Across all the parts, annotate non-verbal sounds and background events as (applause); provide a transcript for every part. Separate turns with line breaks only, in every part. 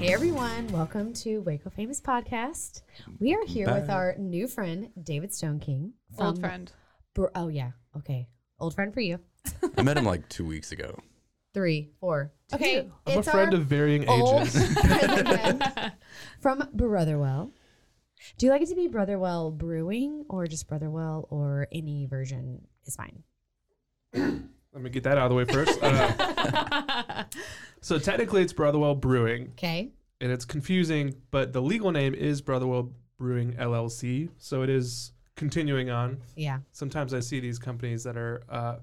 Hey everyone, welcome to Waco Famous Podcast. We are here with our new friend David Stone King.
Old friend.
Br- oh yeah, okay, old friend for you.
I met him like two weeks ago.
Three, four. Okay,
I'm a friend
our
of varying
old (laughs)
ages. (laughs)
friend again from Brotherwell. Do you like it to be Brotherwell Brewing or just Brotherwell or any version is fine.
Let me get that out of the way first. Uh,
(laughs)
so technically, it's Brotherwell Brewing,
Okay,
and it's confusing, but the legal name is Brotherwell Brewing LLC. So it is continuing on.
yeah,
Sometimes I see these companies that are uh,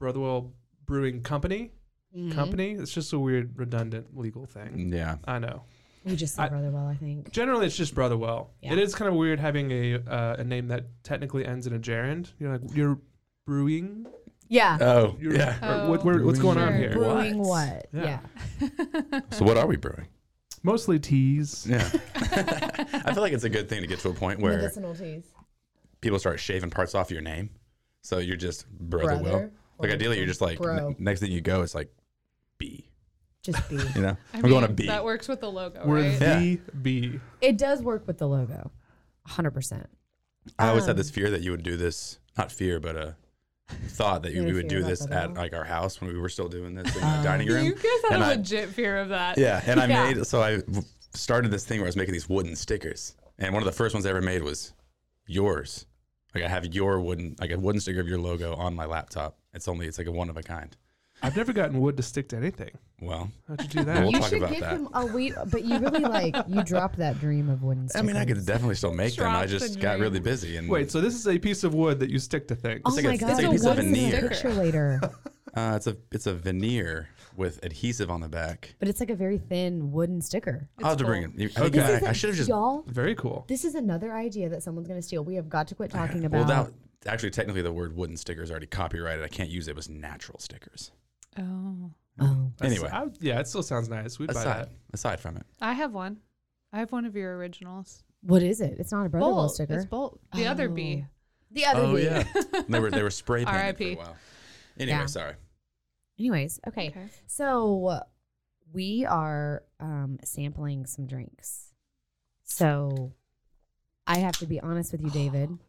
Brotherwell Brewing Company.
Mm-hmm.
Mm-hmm.
Company. It's just a weird, redundant legal thing.
Yeah.
I know.
we just said
I-
Brotherwell, I think.
Generally, it's just Brotherwell.
Yeah.
It is kind of weird having a uh, a name that technically ends in a gerund. You're like you're brewing.
Yeah,
Oh,
You're,
yeah.
or what, we're- what's going on
Sure.
here?
brewing what?
what?
Yeah.
Yeah.
So what are we brewing?
Mostly teas.
(laughs) Yeah. I feel like it's a good thing to get to a point where
medicinal teas.
people start shaving parts off your name. So you're just brother, Will.
Brother
Like
or
ideally, you're just like
bro.
n- next thing you go, it's like B.
Just be.
You know, I am
mean,
going to B.
That works with the logo,
We're
right?
Yeah.
the B.
It does work with the logo, hundred percent.
I always
um,
had this fear that you would do this. Not fear, but a thought that
You
you,
had a
we would
fear
do
about
this
that
at
at all?
like our house when we were still doing this
(gasps)
in the dining room.
You guys had
And
a
I-
legit fear of that.
Yeah, and I
Yeah.
made so I w- started this thing where I was making these wooden stickers, and one of the first ones I ever made was yours. Like I have your wooden, like a wooden sticker of your logo on my laptop. It's only it's like a one of a kind.
I've never gotten wood to stick to anything.
Well,
How'd you do that?
We'll
you
talk
should
about
give
that.
him a weed, but you really like you dropped that dream of wooden
I
stickers.
mean, I could definitely still make them. I
Drop the
just got
dream.
really busy and
Wait, so this is a piece of wood that you stick to things.
Oh
like a-
my
it's
god!
like
a piece of
wooden
veneer.
Picture later,
uh, it's a it's a veneer with adhesive on the back.
but it's like a very thin wooden sticker.
I'll have to bring
cool.
it.
This
Okay,
This is
I
a-
should have just.
y'all.
Very cool.
This is another idea that someone's going to steal. We have got to quit talking
Well,
about.
that actually technically the word wooden sticker is already copyrighted. I can't use it. It was natural stickers.
Oh.
oh,
That's-
Anyway.
I- yeah, it still sounds nice. We'd buy
Aside
that.
aside from it,
I have one. I have one of your originals.
what is it? It's not a brother Will
Bolt.
sticker.
It's Bolt. The other B.
The other
Oh
B. (laughs)
yeah, they were they were spray painted for
R.I.P..
a while. Anyway,
Yeah.
sorry.
Anyways, okay.
Okay.
So we are um, sampling some drinks. So I have to be honest with you, David.
(gasps)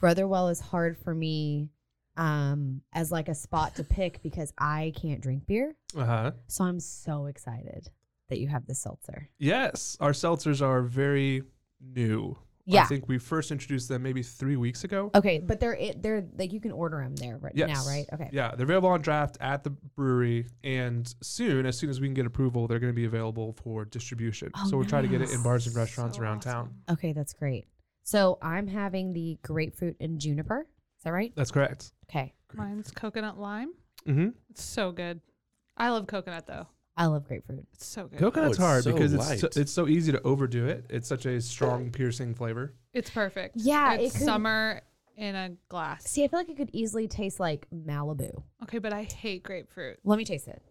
Brotherwell is hard for me um, as like a spot to pick because I can't drink beer.
Uh huh.
So I'm so excited that you have the seltzer.
Yes, our seltzers are very new.
Yeah.
I think we first introduced them maybe three weeks ago.
Okay, but they're it, they're like you can order them there right
Yes.
now, right? Okay.
Yeah, they're available on draft at the brewery, and soon, as soon as we can get approval, they're going to be available for distribution.
Oh,
so we're trying to get it in
nice.
bars and restaurants
So
around
awesome.
town.
Okay, that's great. So I'm having the grapefruit and juniper. Is that right?
That's correct.
Okay.
Mine's coconut lime.
Mm-hmm.
It's so good. I love coconut though.
I love grapefruit.
It's so good.
Oh,
Coconut's
it's
hard
so
because it's so,
light.
it's so easy to overdo it. It's such a strong, piercing flavor. Uh,
It's perfect.
Yeah,
It's
it could-
summer in a glass.
See, I feel like it could easily taste like Malibu.
Okay, but I hate grapefruit.
Let me taste it.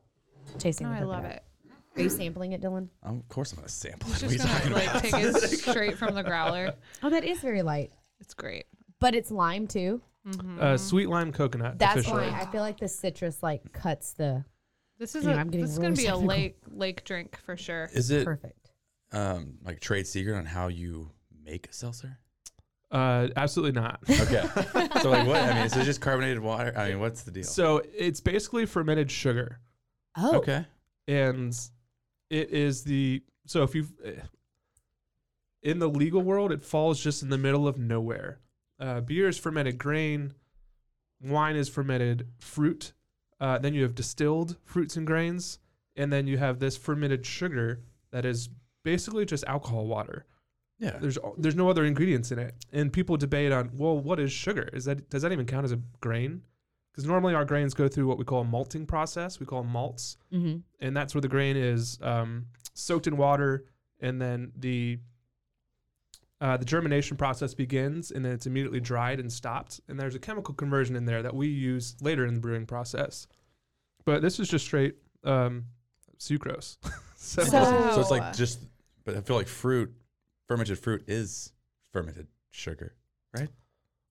Tasting.
No,
the
Oh, I love
coconut.
it.
Are you sampling it, Dylan?
Oh, of course, I'm going to sample
It's
it. What are you
just gonna
talking
like
about? (laughs)
take it straight from the growler.
Oh, that is very light,
It's great.
but it's lime too.
Uh, sweet lime coconut.
Mm-hmm. That's
officially.
why I feel like the citrus like cuts the
This is
Anyway,
a,
I'm getting
this is
really
gonna be a
technical.
lake lake drink for sure.
Is it
perfect.
um, like trade secret on how you make a seltzer?
Uh, absolutely not.
(laughs)
Okay. so like what? I mean, is it just carbonated water? I mean, what's the deal?
So it's basically fermented sugar,
Oh,
okay.
and it is the so if you in the legal world, it falls just in the middle of nowhere. Uh, beer is fermented grain, wine is fermented fruit. Uh, then you have distilled fruits and grains, and then you have this fermented sugar that is basically just alcohol water.
Yeah.
There's there's no other ingredients in it, and people debate on well, what is sugar? Is that does that even count as a grain? Because normally our grains go through what we call a malting process. We call them malts,
Mhm.
and that's where the grain is um, soaked in water, and then the uh, the germination process begins, and then it's immediately dried and stopped. And there's a chemical conversion in there that we use later in the brewing process. But this is just straight um, sucrose. so,
So-
So it's like just, but I feel like fruit, fermented fruit is fermented sugar.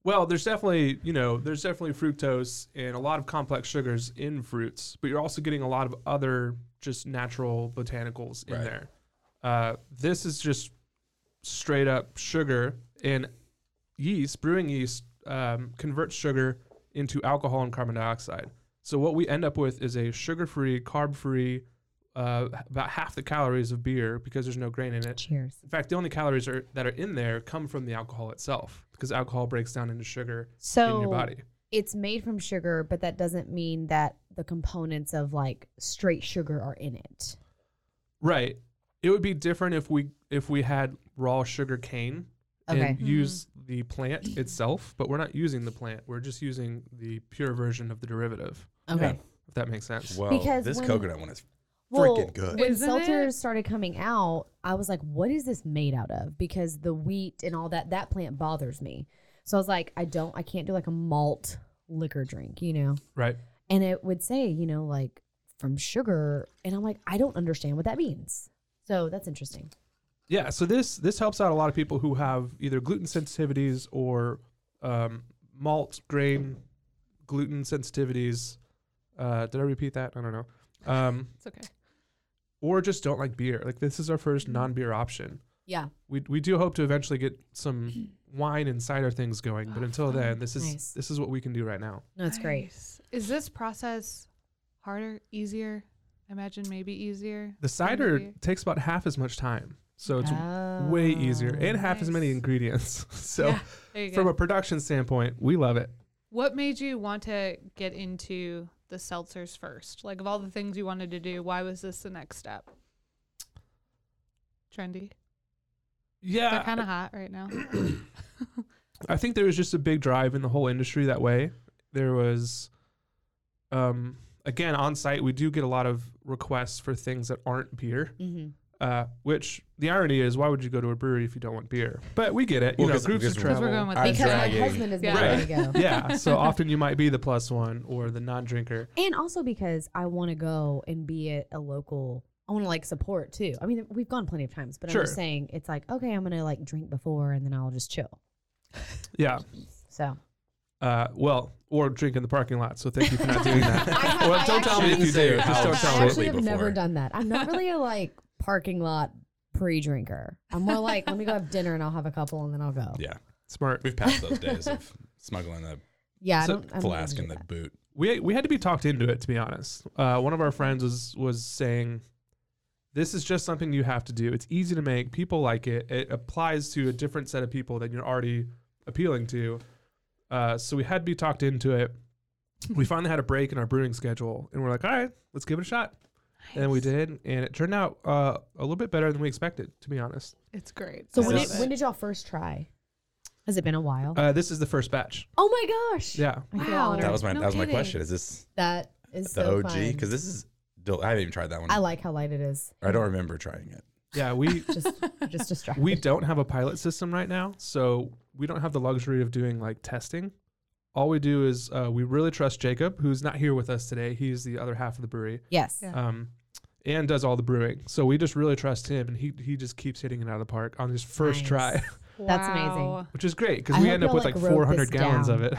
Well, there's definitely, you know, there's definitely fructose and a lot of complex sugars in fruits, but you're also getting a lot of other just natural botanicals in
Right.
there. Uh, this is just straight up sugar and yeast, brewing yeast, um, converts sugar into alcohol and carbon dioxide. So what we end up with is a sugar-free, carb-free, uh, about half the calories of beer because there's no grain in it.
cheers.
In fact, the only calories are, that are in there come from the alcohol itself because alcohol breaks down into sugar
So
in your body.
it's made from sugar, but that doesn't mean that the components of like straight sugar are in it.
Right. It would be different if we if we had raw sugar cane
Okay.
and use the plant itself, but we're not using the plant. We're just using the pure version of the derivative.
Okay.
If that makes sense.
Well,
Because
this
when-
coconut one is
Well,
freaking good.
When
Isn't
seltzers
it?
started coming out, I was like, what is this made out of? Because the wheat and all that, that plant bothers me. So I was like, I don't, I can't do like a malt liquor drink, you know?
Right.
And it would say, you know, like from sugar. And I'm like, I don't understand what that means. So that's interesting.
Yeah. So this this helps out a lot of people who have either gluten sensitivities or um, malt grain gluten sensitivities. Uh, did I repeat that? I don't know. Um,
it's okay.
or just don't like beer. Like this is our first
Mm.
non-beer option.
Yeah.
We we do hope to eventually get
(clears throat)
some wine and cider things going,
Ah,
but until then, this is
Nice.
this is what we can do right now.
No, it's great.
Nice. Is this process harder, easier? I imagine maybe easier.
The cider
beer.
takes about half as much time, so it's way easier and half as many
Oh, nice.
ingredients. (laughs) so
Yeah, there you go.
from a production standpoint, we love it.
what made you want to get into the seltzers first? Like of all the things you wanted to do, why was this the next step? Trendy. They're
Yeah,
kind of hot right
(coughs)
now.
I think there was just a big drive in the whole industry that way. There was, um, again, on site we do get a lot of requests for things that aren't beer.
Mm-hmm.
uh, which the irony is, why would you go to a brewery if you don't want beer? But we get it. You
Well,
know,
'cause-
groups of
because
Because
travel.
we're going with
I'm
the
Because
dragging-
my
(laughs)
husband is
Yeah.
not ready to go.
(laughs) yeah, so often you might be the plus one or the non-drinker.
And also because I want to go and be at a local. I want to like support too. I mean, we've gone plenty of times, but I'm
Sure.
just saying it's like okay, I'm gonna like drink before and then I'll just chill.
Yeah.
So
Uh, well, or drink in the parking lot. So thank you for not doing
(laughs)
that.
have-
well, don't tell me if you
actually-
do. Just don't
Ouch.
tell
I
me.
actually have
Lately
never
before.
done that. I'm not really a like parking lot pre-drinker. I'm more like let me go have dinner and I'll have a couple and then I'll go.
Yeah.
Smart.
We've passed those days of smuggling the
Yeah,
So
I don't, I don't
flask
usually
in the
do that.
boot.
We we had to be talked into it, to be honest. Uh, one of our friends was was saying, "This is just something you have to do. It's easy to make. People like it. It applies to a different set of people that you're already appealing to." Uh, so we had to be talked into it. We finally had a break in our brewing schedule, and we're like, "All right, let's give it a shot." And we did, and it turned out uh, a little bit better than we expected, to be honest.
It's great.
So
I
when did,
Is
love
this-
when
it.
did y'all first try? Has it been a while?
Uh, this is the first batch.
oh my gosh!
Yeah.
I feel
Wow.
honored.
That was my
No
that was my
kidding.
question. Is this
that is
the
so
OG?
fun.
Because this is del- I haven't even tried that one.
I like how light it is.
I don't remember trying it.
Yeah, we
Just
(laughs)
just distracted.
we don't have a pilot system right now, so we don't have the luxury of doing like testing. All we do is uh, we really trust Jacob, who's not here with us today. He's the other half of the brewery,
Yes.
Yeah.
um, and does all the brewing. So we just really trust him, and he he just keeps hitting it out of the park on his first
Nice.
try,
That's amazing.
Wow.
(laughs) which is great because
I
we
hope
end up
y'all,
with
like,
like,
wrote this
400 gallons of it.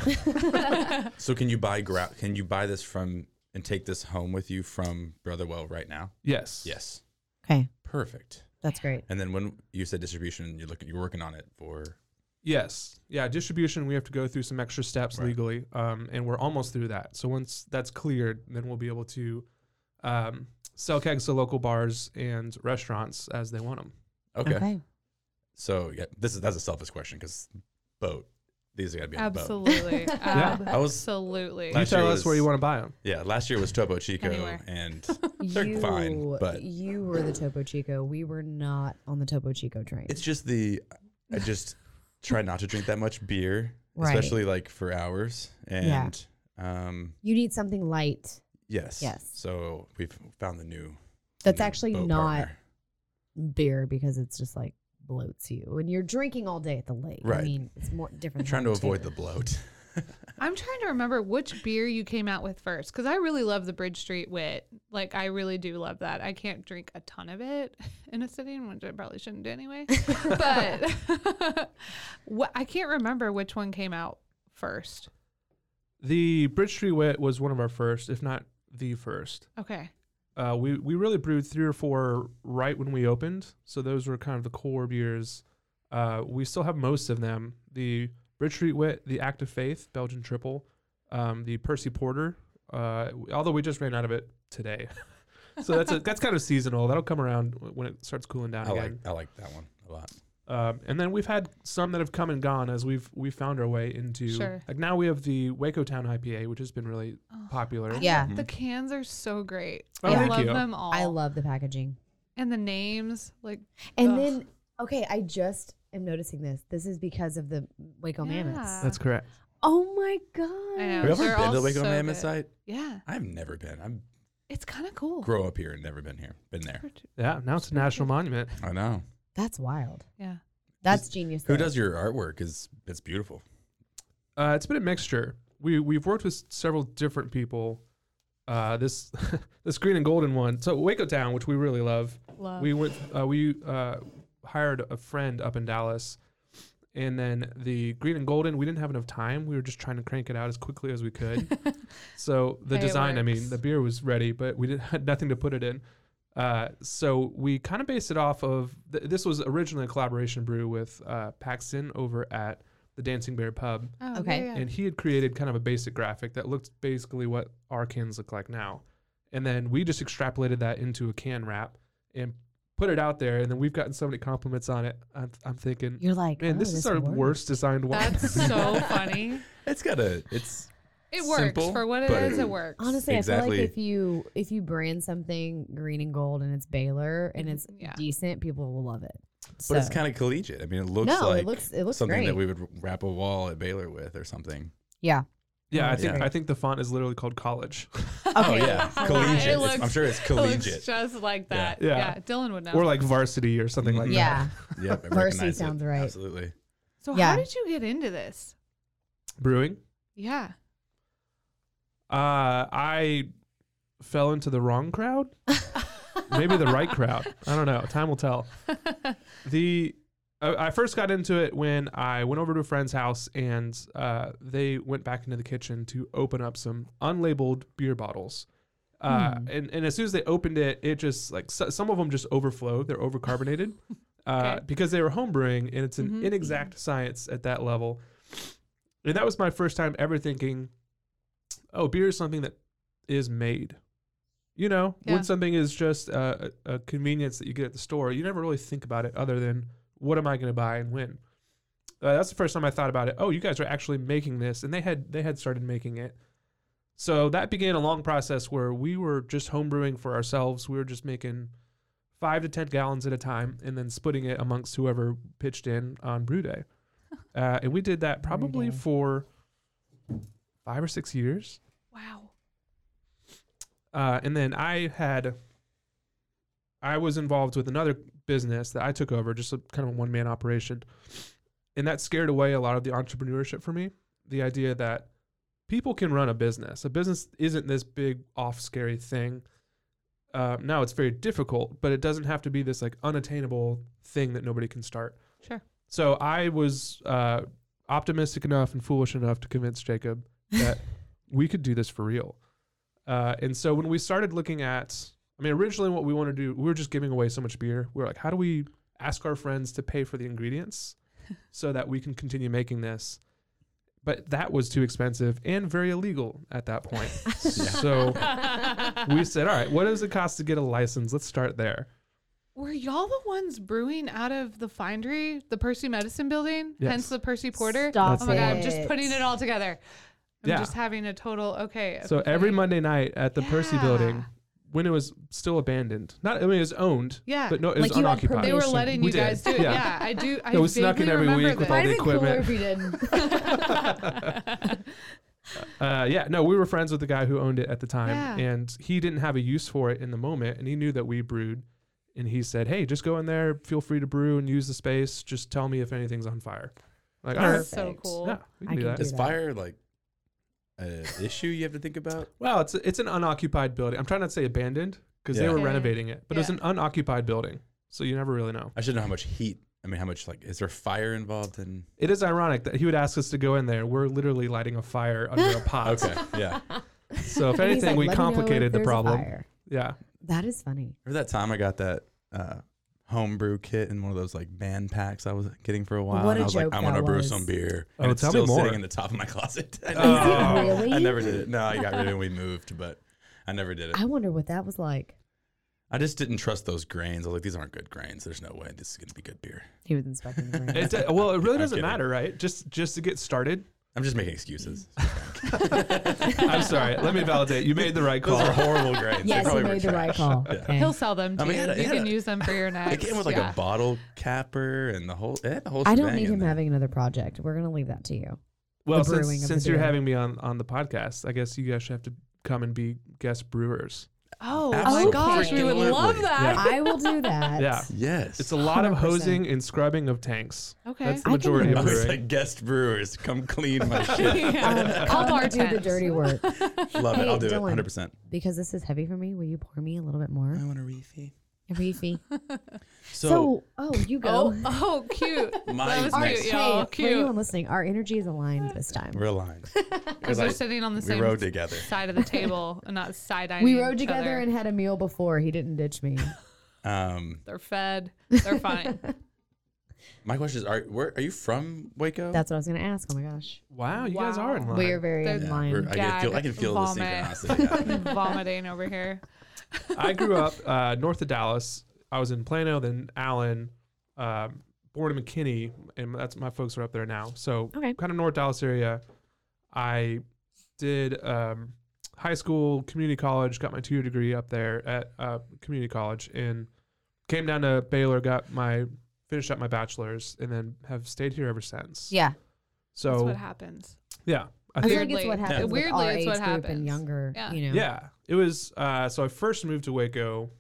So can you buy gra- can you buy this from and take this home with you from Brotherwell right now?
(laughs) yes.
Yes.
Okay.
Perfect.
That's great. (laughs)
And then when you said distribution, you're looking, you're working on it for
Yes. Yeah. Distribution, we have to go through some extra steps
Right.
legally, um, and we're almost through that. So once that's cleared, then we'll be able to um, sell kegs to local bars and restaurants as they want them.
okay. So yeah, this is that's a selfish question because boat. These got to be on the boat.
(laughs)
Absolutely.
I was-
Absolutely.
Last
you tell
year
us where
was-
you want to buy them.
Yeah, last year was Topo Chico,
Anywhere.
(laughs)
and (laughs) They're
You,
fine, but-
you were the Topo Chico. We were not on the Topo Chico train.
it's just the I just try not to drink that much beer,
(laughs) Right.
especially like for hours.
Yeah.
And um,
you need something light.
yes,
Yes.
So we've found the new.
That's
new
actually
boat
not
partner.
beer because it's just like bloats you, and you're drinking all day at the lake. I
Right.
mean, it's more different.
trying to
than
avoid the
tater.
bloat.
I'm trying to remember which beer you came out with first because I really love the Bridge Street Wit. Like, I really do love that. I can't drink a ton of it (laughs) in a sitting, which I probably shouldn't
(laughs)
do anyway. but (laughs) what, I can't remember which one came out first.
The Bridge Street Wit was one of our first, if not the first.
Okay.
Uh, we we really brewed three or four right when we opened, so those were kind of the core beers. Uh, we still have most of them: the Bridge Street Wit, the Act of Faith, Belgian Triple, um, the Percy Porter. Uh, w- although we just ran out of it today, (laughs) so that's a, that's kind of seasonal. That'll come around w- when it starts cooling down
I like
again.
I like that one a lot.
Um, and then we've had some that have come and gone as we've we found our way into.
Sure.
Like now we have the Waco Town IPA, which has been really popular.
I
Yeah.
love- The cans are so great.
Oh,
I
thank
love
you.
them all.
I love the packaging.
and the names. Like,
And
Ugh.
then, okay, I just am noticing this. This is because of the Waco
Yeah.
Mammoths.
That's correct.
Oh my god!
I know.
Have you ever
They're
been to
all
the Waco
so
Mammoth
good.
site?
yeah,
I've never been. I'm
it's kind of cool.
grow up here and never been here. Been there.
Yeah, now it's a national monument.
I know.
That's wild.
Yeah.
That's genius.
Who
though.
does your artwork is it's beautiful.
Uh, it's been a mixture. We we've worked with several different people. Uh, this (laughs) this green and golden one. So Waco Town, which we really love.
Love.
We went. Uh, we uh, hired a friend up in Dallas, and then the green and golden. We didn't have enough time. We were just trying to crank it out as quickly as
(laughs)
we could. so the
Hey, it
design. I mean,
works.
the beer was ready, but we didn't (laughs) had nothing to put it in. Uh, so we kind of based it off of th- this was originally a collaboration brew with uh, Paxton over at the Dancing Bear Pub
Oh,
Okay.
yeah, yeah.
and he had created kind of a basic graphic that looked basically what our cans look like now. And then we just extrapolated that into a can wrap and put it out there. And then we've gotten so many compliments on it. I'm, I'm thinking,
You're like,
man,
oh,
this, is our
works.
worst designed one.
That's (laughs) so funny.
It's got a it's
It works
Simple,
for what it
but
is.
it-
It works.
Honestly, I
Exactly.
feel like if you if you brand something green and gold and it's Baylor and it's
Yeah.
decent, people will love it.
but it's kind of collegiate. I mean, it looks
No, it
like
looks- it looks
something
great.
that we would wrap a wall at Baylor with or something.
yeah.
yeah, I
that's
think
great.
I think the font is literally called college,
Oh yeah, collegiate.
(laughs) It
It's-
looks-
I'm sure it's
It looks
collegiate.
just like that. Yeah.
Yeah.
Dylan would know.
or like varsity or something like that.
Yeah.
Yep, I
Varsity
recognize it.
sounds right.
Absolutely.
so
yeah.
how did you get into this?
Brewing.
Yeah.
Uh, I fell into the wrong crowd. Maybe the right crowd. I don't know. Time will tell. The I I first got into it when I went over to a friend's house and uh, they went back into the kitchen to open up some unlabeled beer bottles. Uh, and, and as soon as they opened it, it just like so, some of them just overflowed. They're overcarbonated uh,
Okay.
because they were homebrewing, and it's an inexact science at that level. And that was my first time ever thinking, oh, beer is something that is made. You know,
Yeah.
when something is just uh, a, a convenience that you get at the store, you never really think about it other than what am I going to buy and when. Uh, that's the first time I thought about it. Oh, you guys are actually making this, and they had they had started making it. So that began a long process where we were just homebrewing for ourselves. We were just making five to ten gallons at a time, and then splitting it amongst whoever pitched in on brew day. Uh, and we did that probably
day.
for five or six years.
Wow.
Uh, and then I had, I was involved with another business that I took over, just a kind of a one man operation, and that scared away a lot of the entrepreneurship for me. The idea that people can run a business, a business isn't this big off scary thing. Uh, now it's very difficult, but it doesn't have to be this like unattainable thing that nobody can start.
Sure.
So I was uh, optimistic enough and foolish enough to convince Jacob that we could do this for real. Uh, and so when we started looking at I mean, originally what we wanted to do, we were just giving away so much beer. We were like, how do we ask our friends to pay for the
(laughs)
ingredients so that we can continue making this? But that was too expensive and very illegal at
(laughs)
that point. So we said, all right, what does it cost to get a license? Let's start there.
(laughs) Were y'all the ones brewing out of the Findery, the Percy Medicine Building?
Yes.
Hence the Percy Porter.
Stop
oh my god, I'm just
it.
putting it all together. I'm
Yeah.
just having a total okay.
So every
epiphany.
Monday night at the Percy Building,
Yeah.
when it was still abandoned, not I mean it was owned,
Yeah.
but no, it was
Like you had
unoccupied.
they were letting
We
you
did.
guys do it.
Yeah.
Yeah, I do. I
No, we snuck in
vaguely
every
remember
week with
this.
all the equipment.
you didn't?
(laughs)
(laughs) Uh, yeah, no, we were friends with the guy who owned it at the time,
Yeah.
and he didn't have a use for it in the moment, and he knew that we brewed, and he said, "Hey, just go in there, feel free to brew and use the space. Just tell me if anything's on fire." Like, all right,
That's so
Perfect.
cool.
yeah, we can
I
do
can
that.
do
Is
that.
fire like an issue you have to think about?
Well, it's it's an unoccupied building. I'm trying not to say abandoned because they
Yeah.
were
Okay.
renovating it, but it was
Yeah.
an unoccupied building, so you never really know.
I should know how much heat. I mean, how much like is there fire involved in?
It is ironic that he would ask us to go in there. We're literally lighting a fire under a (laughs) pot.
Okay,
(laughs)
yeah.
So if
And he's like,
anything, we
"Let me know if
complicated the
there's a
problem.
fire."
Yeah.
That is funny.
Remember that time I got that uh, homebrew kit in one of those like band packs I was getting for a while?
What
and
a
I was
joke
like, I'm
that
gonna brew
was.
some beer.
Oh,
and it's
tell me
still
more.
sitting in the top of my
(laughs)
closet. I
Oh.
never,
Really?
I never did it. No, I got rid of it. We moved, but I never did it.
I wonder what that was like.
I just didn't trust those grains. I was like, these aren't good grains. There's no way this is gonna be good beer.
He was inspecting the brain.
It, d- well, it really
I'm
doesn't
kidding.
matter, right? Just just to get started.
I'm just making
(laughs)
excuses.
I'm sorry. Let me validate. You made the right
Those
call.
are horrible grains. They
Yes, he
probably were
made the
trash.
right call.
Yeah.
Okay.
He'll sell them
I
to
mean,
you.
it had a-
You
it had
can
a-
use them
(laughs)
for your next.
It came with like
yeah.
a bottle capper and the whole. It had the whole.
I don't
shebang
need
in
him
there.
having another project. We're gonna leave that to
(laughs)
you.
well,
the brewing of
since,
the
since you're
beer.
having me on, on the podcast, I guess you guys should have to come and be guest brewers.
Oh, my
Absolutely.
gosh, we would love that.
I will do that.
Yeah.
Yes. (laughs)
It's a lot of
100%.
hosing and scrubbing of tanks.
Okay.
That's
I
the
can
majority
do
of
I
that.
was
brewing.
like guest brewers, come clean my shit.
(laughs)
(laughs)
Yeah.
Um, I'll do the
bartends.
dirty work
(laughs)
Love it.
Hey,
I'll do it.
Dylan.
100. percent
because this is heavy for me. Will you pour me a little bit more,
want a reefy.
Reefy?
So,
So, oh, you go. (laughs)
Oh, oh, cute.
Mine
that
is
was
next.
cute, y'all.
for anyone
Cute.
listening, our energy is aligned this time.
we're aligned
Because
because
we're
I
sitting on the
we
same
rode together.
side of the table and not side eyeing.
We rode together and had a meal before. He didn't ditch (laughs) me.
Um,
(laughs)
they're fed. They're fine.
my question is, are where are you from, Waco?
That's what I was gonna ask. Oh my gosh,
wow, you guys are in line.
we are very
They're-
in
Yeah,
line.
we're- I, can feel, I
Gag,
can feel the
vomit.
synchronicity. happening.
vomiting over here.
I grew up uh, north of Dallas. I was in Plano, then Allen, um, born in McKinney, and that's my folks are up there now. So
Okay.
kind of north Dallas area. I did um, high school, community college, got my two year degree up there at uh, community college, and came down to Baylor, got my finished up my bachelor's, and then have stayed here ever since.
Yeah,
That's
So
what happens.
yeah, I
I
think
feel like it's
Weirdly.
what
Yeah.
happens. with
Weirdly,
our
it's
age
what
group and
happens.
younger.
Yeah.
You know.
Yeah, it was. Uh, so I first moved to Waco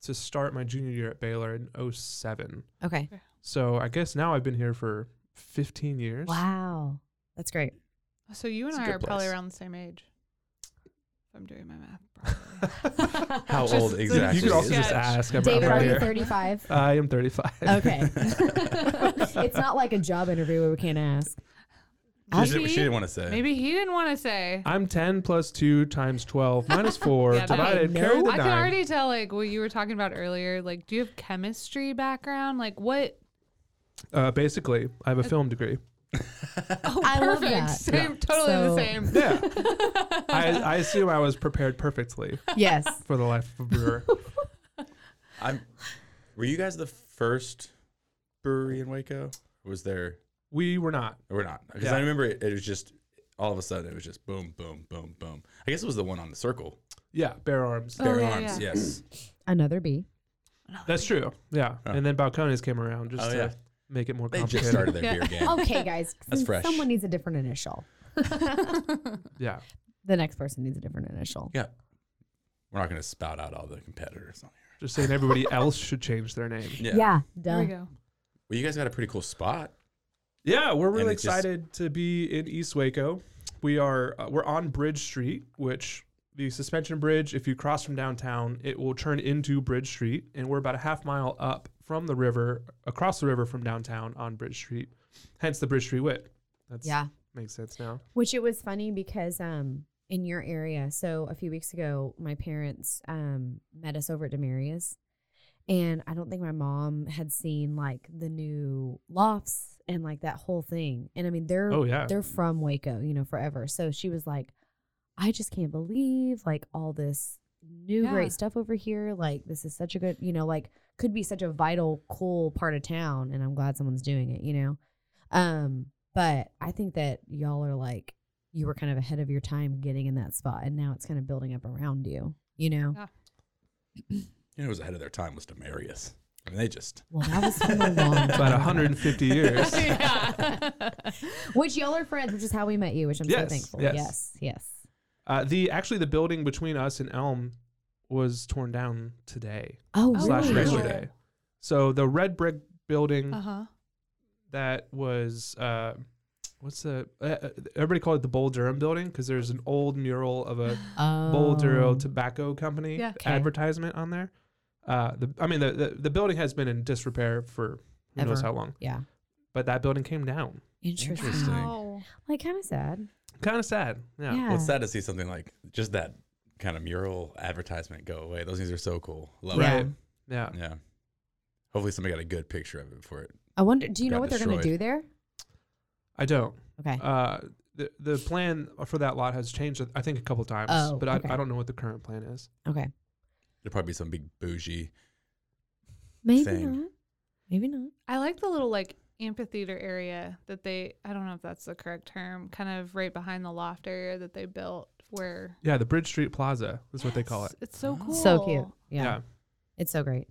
to start my junior year at Baylor in 07.
Okay.
So I guess now I've been here for 15 years.
Wow, that's great.
So you and
It's a
I
good
are probably
place.
around the same age. If I'm doing my math properly.
How
(laughs) Just-
old
you
exactly?
You could also just
Sketch.
ask. I'm, I'm
David,
right
are you
here.
35?
(laughs)
I am 35.
Okay. (laughs) it's not like a job interview where we can't ask.
She, didn't-
Maybe-
she didn't want to say.
Maybe he didn't want to say.
I'm 10 plus 2 times 12 minus 4
Yeah, that-
divided. Carry the
I
nine.
can already tell, like what you were talking about earlier. Like, do you have chemistry background? Like, what?
uh, basically, I have a film degree.
Oh,
I love
perfect.
that.
Same,
Yeah.
totally
So-
the same.
Yeah. I, I assume I was prepared perfectly
(laughs)
Yes.
for the life of a brewer.
I'm. Were you guys the first brewery in Waco? Was there?
We were not.
We're not because
Yeah.
I remember it, it was just all of a sudden it was just boom, boom, boom, boom. I guess it was the one on the circle.
Yeah, bare arms.
Oh,
Bare
yeah,
arms,
yeah.
yes.
Another B.
That's true. Yeah. And then balconies came around just
Oh,
to
yeah.
make it more
They
complicated.
just started their beer game.
(laughs) Okay, guys.
That's fresh.
Someone needs a different initial.
Yeah.
The next person needs a different initial.
Yeah. We're not going to spout out all the competitors on here.
Just saying everybody else should change their name.
Yeah.
Yeah.
There
duh.
we go.
Well, you guys got a pretty cool spot.
Yeah, we're really
it just-
excited to be in East Waco. We are uh, we're on Bridge Street, which the suspension bridge. If you cross from downtown, it will turn into Bridge Street, and we're about a half mile up from the river, across the river from downtown on Bridge Street. Hence the Bridge Street Wit. That's,
Yeah.
makes sense now.
Which it was funny because um in your area. So a few weeks ago, my parents um, met us over at Demaria's, and I don't think my mom had seen like the new lofts and like that whole thing. And I mean, they're
Oh, yeah.
they're from Waco, you know, forever. So she was like, "I just can't believe like all this new
Yeah.
great stuff over here. Like this is such a good, you know, like could be such a vital, cool part of town. And I'm glad someone's doing it, you know." Um, but I think that y'all are like you were kind of ahead of your time getting in that spot and now it's kind of building up around you you know
Yeah.
You know, who was ahead of their time was Demarius. I mean, they just
well that
(laughs)
was from a long time
About
ago.
150 years. (laughs)
(laughs)
which y'all are friends which is how we met you which i'm so
Yes,
thankful
yes.
yes yes,
Uh, the actually the building between us and Elm was torn down today
oh,
Oh,
slash
really?
wow.
yesterday. So the red brick building
Uh huh.
that was uh, what's the uh, uh, everybody called it the Bull Durham building because there's an old mural of a
oh.
Bull Durham Tobacco Company
Yeah.
'Kay.
advertisement on there. Uh, the I mean the, the the building has been in disrepair for who knows
Ever.
how long,
yeah
but that building came down.
interesting,
Interesting.
Wow.
like kind of sad
Kind of sad.
yeah,
Yeah.
Well, it's sad to see something like just that kind of mural advertisement go away. Those things are so cool. Love
Yeah.
it.
Right. Yeah.
Yeah. Hopefully, somebody got a good picture of it for it.
i wonder do you know
Got
what they're gonna do
destroyed.
there
I don't.
okay
Uh, the the plan for that lot has changed. I think a couple times,
Oh,
but I,
okay.
I don't know what the current plan is.
okay
There'd probably be some big bougie.
maybe
Thing.
not maybe not
I like the little like amphitheater area that they. I don't know if that's the correct term. Kind of right behind the loft area that they built. Where
Yeah, the Bridge Street Plaza is what they call it.
Yes, It's so cool.
so cute yeah.
Yeah.
it's so great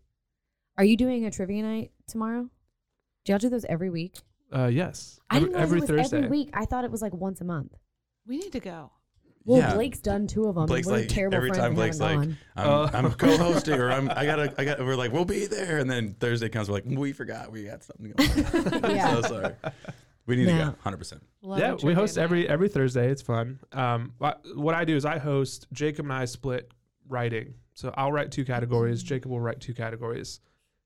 are you doing a trivia night tomorrow do y'all do those every week
Uh, yes.
I didn't
Every,
know
every
it was
Thursday.
every week. I thought it was like once a month.
We need to go.
Well,
Yeah.
Blake's done two of them.
Blake's
We're
like
terrible
every
friends
time
and
Blake's like,
haven't
I'm,
gone.
Oh.
I'm co-hosting or I'm I gotta I got we're like we'll be there and then Thursday comes we're like we forgot we got something
(laughs)
going on. (laughs)
Yeah.
I'm so sorry. We need to
No.
go 100. percent
Love a
yeah, we
trivia
host
night.
every every Thursday. It's fun. Um, wha- what I do is I host. Jacob and I split writing. So I'll write two categories.
Mm.
Jacob will write two categories,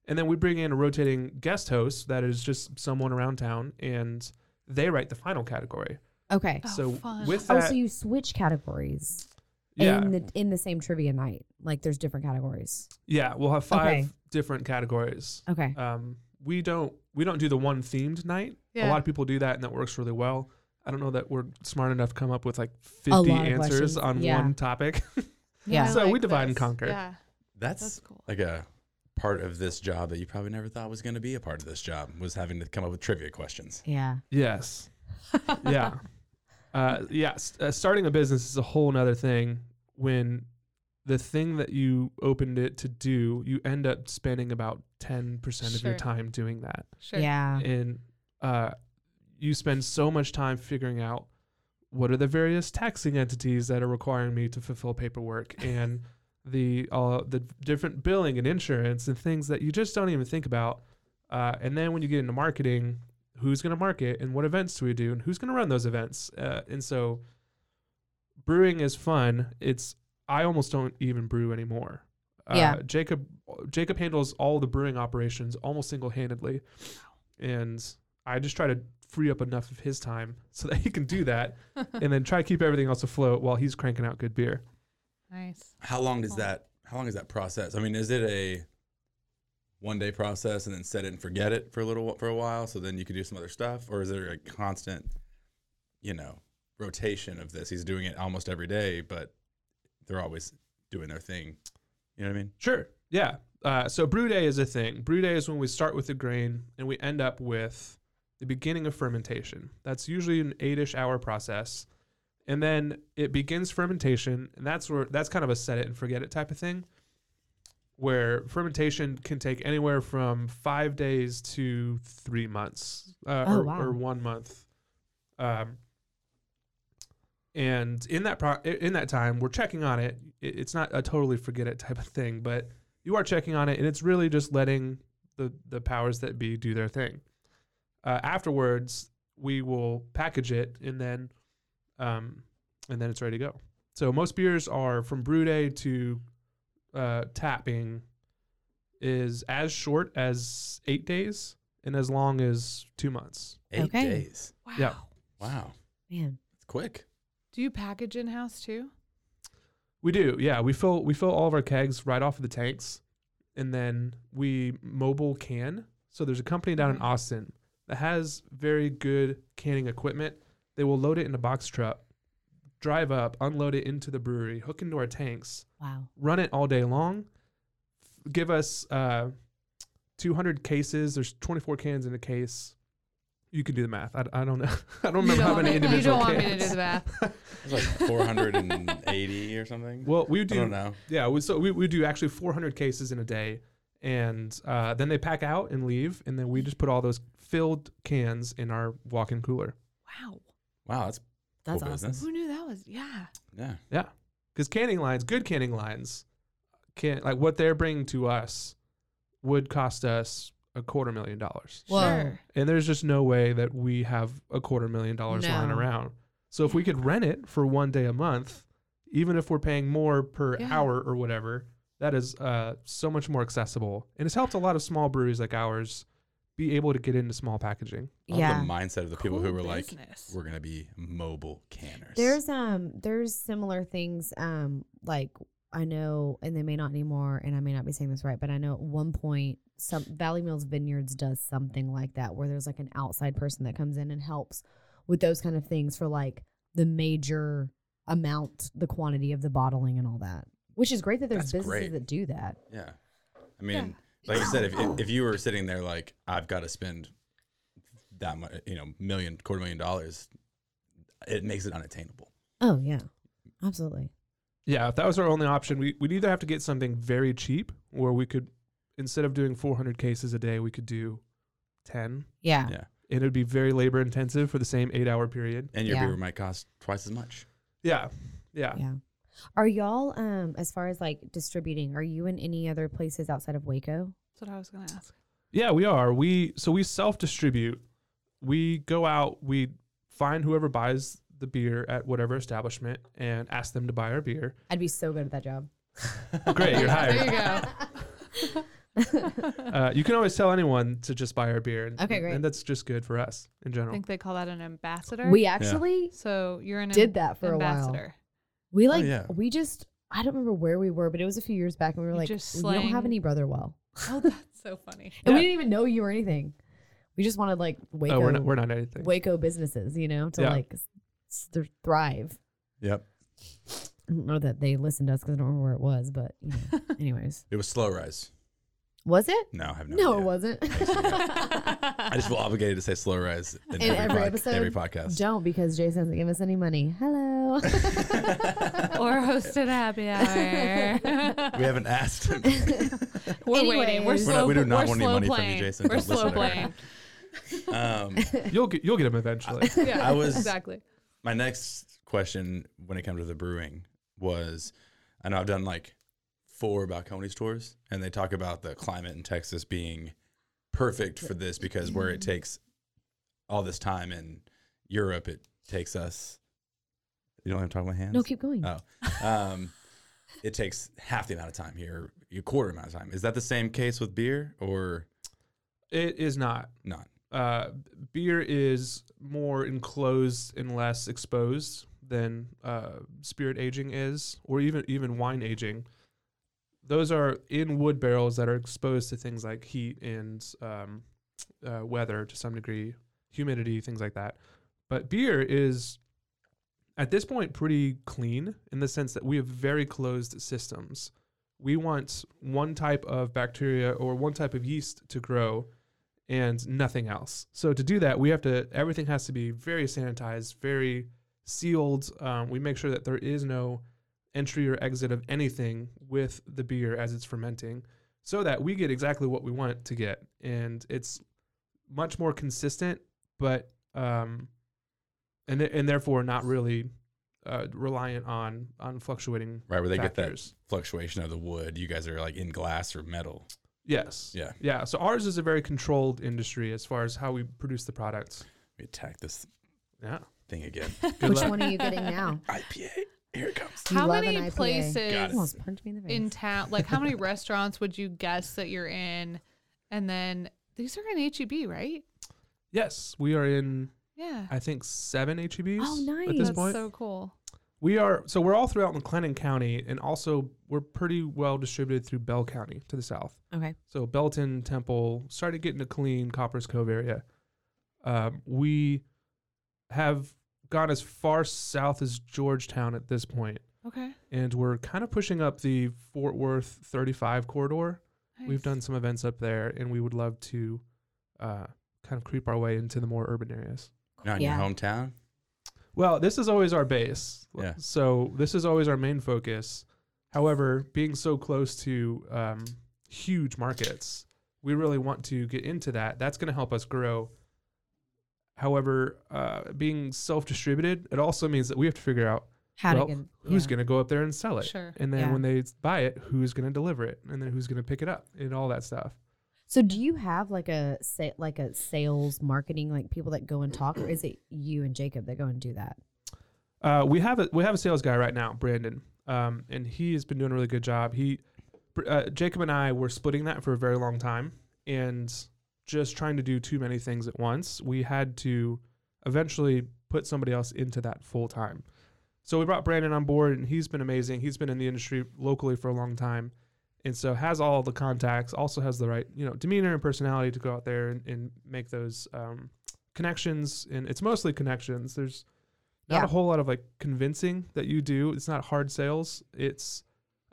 and then we bring in a rotating guest host that is just someone around town, and they write the final category.
okay.
Oh,
so
fun.
with
Oh,
that,
so you switch categories
yeah,
in the in the same trivia night. Like there's different categories.
yeah, we'll have five
Okay.
different categories.
Okay.
Uh,
Um, we don't we don't do the one themed night. A
Yeah.
lot of people do that, and that works really well. I don't know that we're smart enough to come up with like
lot of
50 answers
questions.
on
Yeah.
one topic. (laughs)
Yeah.
I
So we
like
divide and
this.
conquer.
Yeah.
That's,
That's cool.
like a part of this job that you probably never thought was going to be a part of this job was having to come up with trivia questions.
yeah.
Yes. yeah. Uh, yeah. s- Uh, starting a business is a whole nother thing when the thing that you opened it to do, you end up spending about 10% of your
Sure.
time doing that.
Sure.
Yeah.
And uh, you spend so much time figuring out what are the various taxing entities that are requiring me to fulfill paperwork and the uh, the different billing and insurance and things that you just don't even think about. Uh, and then when you get into marketing, who's going to market and what events do we do and who's going to run those events? Uh, and so brewing is fun. It's I almost don't even brew anymore. Uh,
Yeah.
Jacob Jacob handles all the brewing operations almost single-handedly and I just try to free up enough of his time so that he can do that, and then try to keep everything else afloat while he's cranking out good beer.
Nice.
How long does
Cool.
that how long is that process? I mean, is it a one day process and then set it and forget it for a little wh- for a while so then you can do some other stuff or is there a constant you know, rotation of this? He's doing it almost every day, but they're always doing their thing. You know what I mean?
Sure. Yeah. Uh, so brew day is a thing. Brew day is when we start with the grain and we end up with the beginning of fermentation. That's usually an eight-ish hour process, and then it begins fermentation, and that's where that's kind of a set it and forget it type of thing, where fermentation can take anywhere from five days to three months uh,
Oh,
or,
wow.
or one month. Um, and in that pro- in that time we're checking on it. It- it's not a totally forget it type of thing but you are checking on it and it's really just letting the the powers that be do their thing uh, afterwards we will package it and then um, and then it's ready to go so most beers are from brew day to uh, tapping is as short as eight days and as long as two months
Eight
Okay.
days.
Wow.
Yeah.
Wow.
Man.
It's quick.
Do you package in house too?
We do, yeah. We fill we fill all of our kegs right off of the tanks, and then we mobile can. So there's a company down
Mm-hmm.
in Austin that has very good canning equipment. They will load it in a box truck, drive up, unload it into the brewery, hook into our tanks,
Wow.
run it all day long, f- give us uh, 200 cases. There's 24 cans in a case. You can do the math. I, I don't know. (laughs) I don't remember
you
how
don't, (laughs)
many
you
individual
don't want
cans.
me to do the
(laughs)
math.
It's like 480 or something.
Well, we do.
I don't know.
Yeah, we, so we, we do actually 400 cases in a day, and uh, then they pack out and leave, and then we just put all those filled cans in our walk-in cooler.
Wow.
Wow, that's
That's
Cool
awesome.
business.
Who knew that was? Yeah.
yeah.
Yeah, because canning lines, good canning lines, can like what they're bringing to us would cost us a quarter million dollars,
Whoa.
Sure.
and there's just no way that we have a quarter million dollars lying
No.
around. So if we could rent it for one day a month, even if we're paying more per
Yeah.
hour or whatever, that is uh, so much more accessible, and it's helped a lot of small breweries like ours be able to get into small packaging.
I love
Yeah.
the mindset of the people who
Cool
were
business.
like, we're going to be mobile canners.
There's um there's similar things um like I know and they may not anymore and I may not be saying this right but I know at one point some Valley Mills Vineyards does something like that where there's like an outside person that comes in and helps with those kind of things for like the major amount the quantity of the bottling and all that which is great that there's
That's
businesses
great.
that do that
yeah. I mean, like you said, if, if, if you were sitting there like, I've got to spend that much, you know, million, quarter million dollars, it makes it unattainable.
oh yeah absolutely
Yeah, if that was our only option, we, we'd either have to get something very cheap, where we could, instead of doing 400 cases a day, we could do 10.
yeah
Yeah.
And it would be very labor intensive for the same eight hour period.
And your
Yeah.
beer might cost twice as much.
Yeah. Yeah.
yeah are y'all um as far as like distributing are you in any other places outside of Waco
That's what I was going to ask.
Yeah, we are. We so we self distribute. We go out, we find whoever buys the beer at whatever establishment and ask them to buy our beer.
I'd be so good at that job
Great,
(laughs)
you're hired. (laughs)
There you go.
Uh, you can always tell anyone to just buy our beer. And,
Okay, great.
And that's just good for us in
I
general.
think they call that an ambassador.
We actually
so you're an
Did
am-
that for a while.
ambassador. (laughs)
we
Oh,
like
yeah.
we just I don't remember where we were, but it was a few years back, and we were
You
like,
just
we don't have
slang-
any Brotherwell,
Oh, that's so funny.
and we
Yeah.
didn't even know you or anything. We just wanted like Waco,
oh, we're not we're not anything.
Waco businesses, you know, to
Yeah.
like s- s- th- thrive.
Yep.
I don't know that they listened to us because I don't remember where it was, but you know,
(laughs)
anyways,
It was slow rise.
was it?
No, I have no,
No, it
idea.
wasn't.
I just feel obligated to say slow
(laughs)
rise in,
In every
pod-
episode?
every
(laughs)
podcast.
don't because Jason doesn't give us any money.
(laughs)
Hello.
(laughs) or hosted happy hour.
(laughs) We haven't
(laughs)
asked him.
We're waiting. We're
Anyways.
(laughs) We're not-
slow.
we do not
are
want any
slow
money from you,
playing.
Jason.
We're
Don't listen
slow
to her. (laughs)
playing.
um,
You'll get you'll get
(laughs)
them eventually.
Yeah,
I was-
exactly.
my next question when it comes to the brewing was I know I've done like four balconies tours, and they talk about the climate in Texas being perfect for this because where
Mm-hmm.
it takes all this time in Europe, it takes us. You don't have to talk with hands?
no, keep going.
Uh,
Oh, (laughs) um, it takes half the amount of time here, a quarter amount of time. Is that the same case with beer or
It is not.
not?
Uh, beer is more enclosed and less exposed than uh, spirit aging is, or even even wine aging. Those are in wood barrels that are exposed to things like heat and um, uh, weather to some degree, humidity, things like that. But beer is at this point pretty clean in the sense that we have very closed systems. We want one type of bacteria or one type of yeast to grow and nothing else. So to do that, we have to everything has to be very sanitized, very sealed. Um, we make sure that there is no entry or exit of anything with the beer as it's fermenting, so that we get exactly what we want to get, and it's much more consistent, but um, and th- and therefore not really uh, reliant on on fluctuating
Right, where they get that
factors.
fluctuation of the wood. You guys are like in glass or metal.
Yes.
Yeah.
Yeah. So ours is a very controlled industry as far as how we produce the products.
We attack this
Yeah.
thing again.
Good
Which
luck.
one are you getting now?
(laughs)
IPA. Here it comes.
You
How
love
many
an IPA.
Got
places
it.
Almost punched me in the face.
in town, like
(laughs)
how many restaurants would you guess that you're in? And then these are in HEB, right?
Yes, we are in
Yeah.
I think seven HEBs
Oh,
at this
nice.
That's
point.
so cool.
We are so we're all throughout McLennan County, and also we're pretty well distributed through Bell County to the south.
Okay.
So Belton, Temple started getting to clean Coppers Cove area. Um, we have gone as far south as Georgetown at this point,
Okay.
and we're kind of pushing up the Fort Worth 35 corridor. We've
Nice.
done some events up there, and we would love to uh, kind of creep our way into the more urban areas.
Not in
Yeah.
your hometown.
Well, this is always our base. L-
Yeah.
So this is always our main focus. However, being so close to um, huge markets, we really want to get into that. That's going to help us grow. However, uh, being self-distributed, it also means that we have to figure out
How
well,
to get
who's
yeah.
going to go up there and sell it,
Sure.
and then
Yeah.
when they s- buy it, who's going to deliver it, and then who's going to pick it up, and all that stuff.
So do you have like a sa- like a sales marketing like people that go and talk or is it you and Jacob that go and do that?
Uh, we have a we have a sales guy right now, Brandon, um, and he has been doing a really good job. He, Br- uh, Jacob and I were splitting that for a very long time, and just trying to do too many things at once. We had to eventually put somebody else into that full time. So we brought Brandon on board, and he's been amazing. He's been in the industry locally for a long time, and so has all the contacts. Also has the right you know demeanor and personality to go out there and, and make those um, connections. And it's mostly connections. There's not
Yeah.
a whole lot of like convincing that you do. It's not hard sales. It's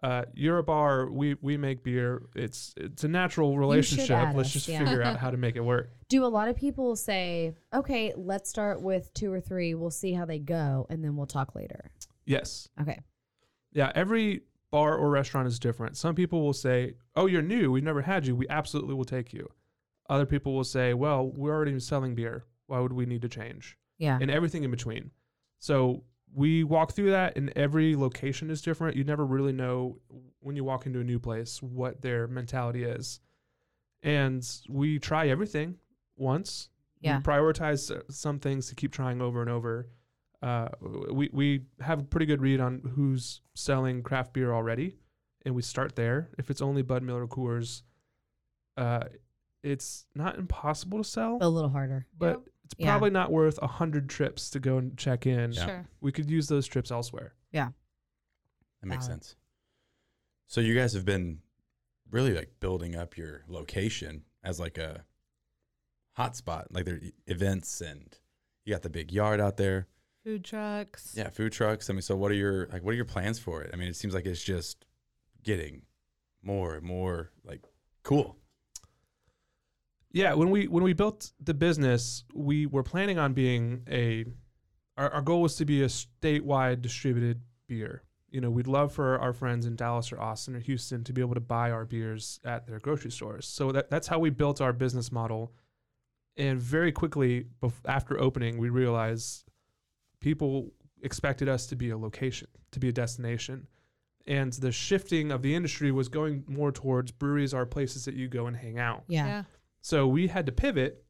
uh, you're a bar. We we make beer. It's it's a natural relationship.
add
Let's
us,
just
yeah.
figure out how to make it
(laughs)
work.
Do a lot of people say, "Okay, let's start with two or three. We'll see how they go and then we'll talk later."
Yes.
Okay.
Yeah, every bar or restaurant is different. Some people will say, "Oh, you're new. We've never had you. We absolutely will take you." Other people will say, "Well, we're already selling beer. Why would we need to change?"
Yeah.
And everything in between. So we walk through that, and every location is different. You never really know when you walk into a new place what their mentality is, and we try everything once. We
Yeah.
prioritize uh, some things to keep trying over and over uh, we we have a pretty good read on who's selling craft beer already, and we start there. If it's only Bud Miller Coors, uh, it's not impossible to sell,
A little harder.
but it's
Yeah.
probably not worth a hundred trips to go and check in.
Yeah.
Sure.
We could use those trips elsewhere.
That makes
Valid.
sense. So you guys have been really like building up your location as like a hotspot, like there are events and you got the big yard out there.
Food trucks.
Yeah, food trucks. I mean, so what are your like what are your plans for it? I mean, it seems like it's just getting more and more like cool.
Yeah, when we when we built the business, we were planning on being a our, our goal was to be a statewide distributed beer. You know, we'd love for our friends in Dallas or Austin or Houston to be able to buy our beers at their grocery stores. So that, that's how we built our business model. And very quickly bef- after opening, we realized people expected us to be a location, to be a destination. And the shifting of the industry was going more towards breweries are places that you go and hang out.
Yeah.
Yeah.
So we had to pivot,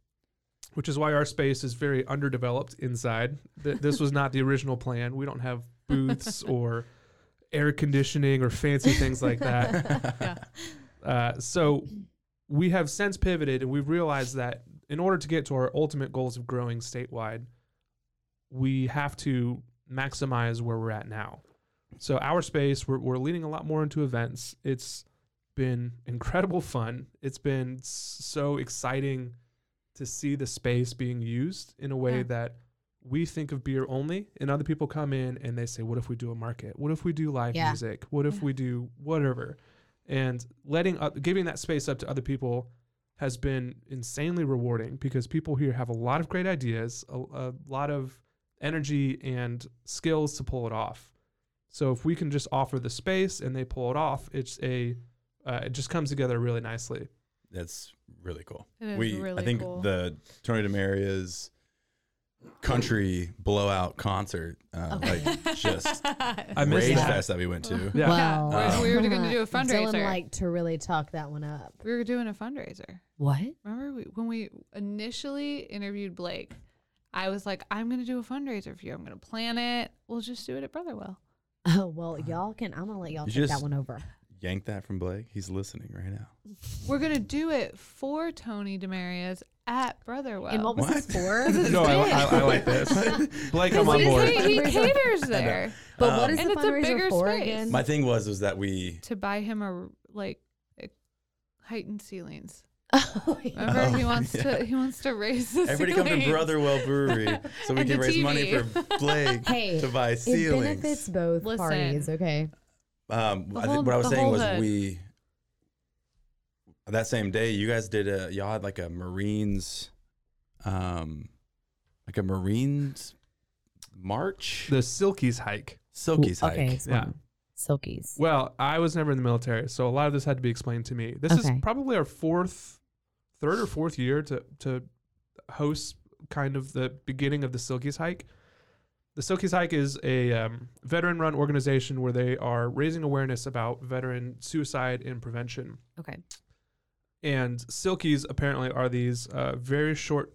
which is why our space is very underdeveloped inside. Th- This was not the original plan. We don't have booths or air conditioning or fancy things like that.
Yeah.
Uh, so we have since pivoted and we've realized that in order to get to our ultimate goals of growing statewide, we have to maximize where we're at now. So our space, we're, we're leaning a lot more into events. It's been incredible fun. It's been s- so exciting to see the space being used in a way
Yeah.
that we think of beer only, and other people come in and they say, "What if we do a market? What if we do live
Yeah.
music? What if
Yeah.
we do whatever?" And letting up, giving that space up to other people has been insanely rewarding because people here have a lot of great ideas, a, a lot of energy and skills to pull it off. So if we can just offer the space and they pull it off, it's a uh, it just comes together really nicely.
That's really cool.
It is
we
really
I think
cool.
the Tony Demaria's country blowout concert, uh, like
(laughs)
just
I missed
rage
that.
fest that we went to.
Yeah.
Well,
Yeah, we
were gonna do
(laughs)
a
Dylan
fundraiser.
liked to really talk that one up.
(laughs) We were doing a fundraiser.
What?
Remember we, when we initially interviewed Blake? I was like, I'm going to do a fundraiser for you. I'm going to plan it. We'll just do it at Brotherwell.
Oh, well, y'all can I'm going to let y'all
You
take that
just-
one over.
Yank that from Blake. He's listening right now.
We're going to do it for Tony Demaria's at Brotherwell.
And what was Oh, this
What?
for?
(laughs)
no, I, I, I like this.
(laughs)
Blake, I'm on
He-
board.
He
(laughs)
caters there
but what
Um,
is
and
the
it's a
fundraiser
bigger
for
space.
again?
My thing was was that
(laughs)
we
to buy him a like a heightened ceilings.
(laughs) Oh, yeah. (laughs)
Remember, he
Oh,
wants
(laughs) yeah.
to he wants to raise the
everybody come to
ceilings.
Brotherwell Brewery so we can
And the
raise money for
TV.
(laughs)
Blake
Hey,
to buy
it
ceilings.
benefits both
Listen.
parties. Okay.
Um,
The
I think
whole-
what I was
the
saying
whole
was
hood.
we that same day you guys did a y'all had like a Marines, um, like a Marines march,
The Silkies hike.
Silkies hike.
Okay. Explain.
Yeah.
Silkies.
Well, I was never in the military, so a lot of this had to be explained to me. This
Okay.
is probably our fourth, third or fourth year to to host kind of the beginning of the Silkies hike. The Silkies hike is a um, veteran-run organization where they are raising awareness about veteran suicide and prevention.
Okay.
and silkies apparently are these uh, very short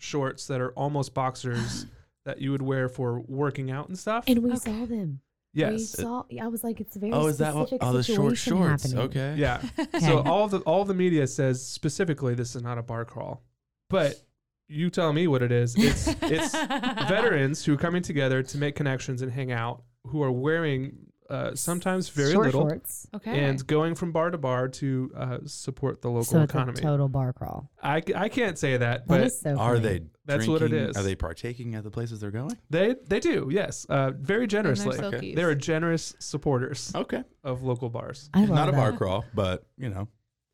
shorts that are
(gasps)
almost boxers that you would wear for working out and stuff.
And we
Okay.
saw them. We
yes,
saw. I was like, it's a very.
Oh, is that what?
specific
Oh, the short
situation
shorts.
happening. (laughs)
Okay.
yeah. So all the all the media says specifically this is not a bar crawl, but you tell me what it is. It's
(laughs)
it's veterans who are coming together to make connections and hang out who are wearing uh, sometimes very
Short
little
Shorts.
(laughs) Okay. (laughs)
and going from bar to bar to uh, support the local
so it's
economy.
a total bar crawl.
I, I can't say
That
that, but
is so.
Are
funny.
they?
That's what it
drinking?
is.
Are they partaking at the places they're going?
They they do, yes. Uh, very
And
generously.
they're
Okay.
silkies.
They are generous supporters
Okay,
of local bars. (laughs)
I love
not a
that.
bar crawl, but you know,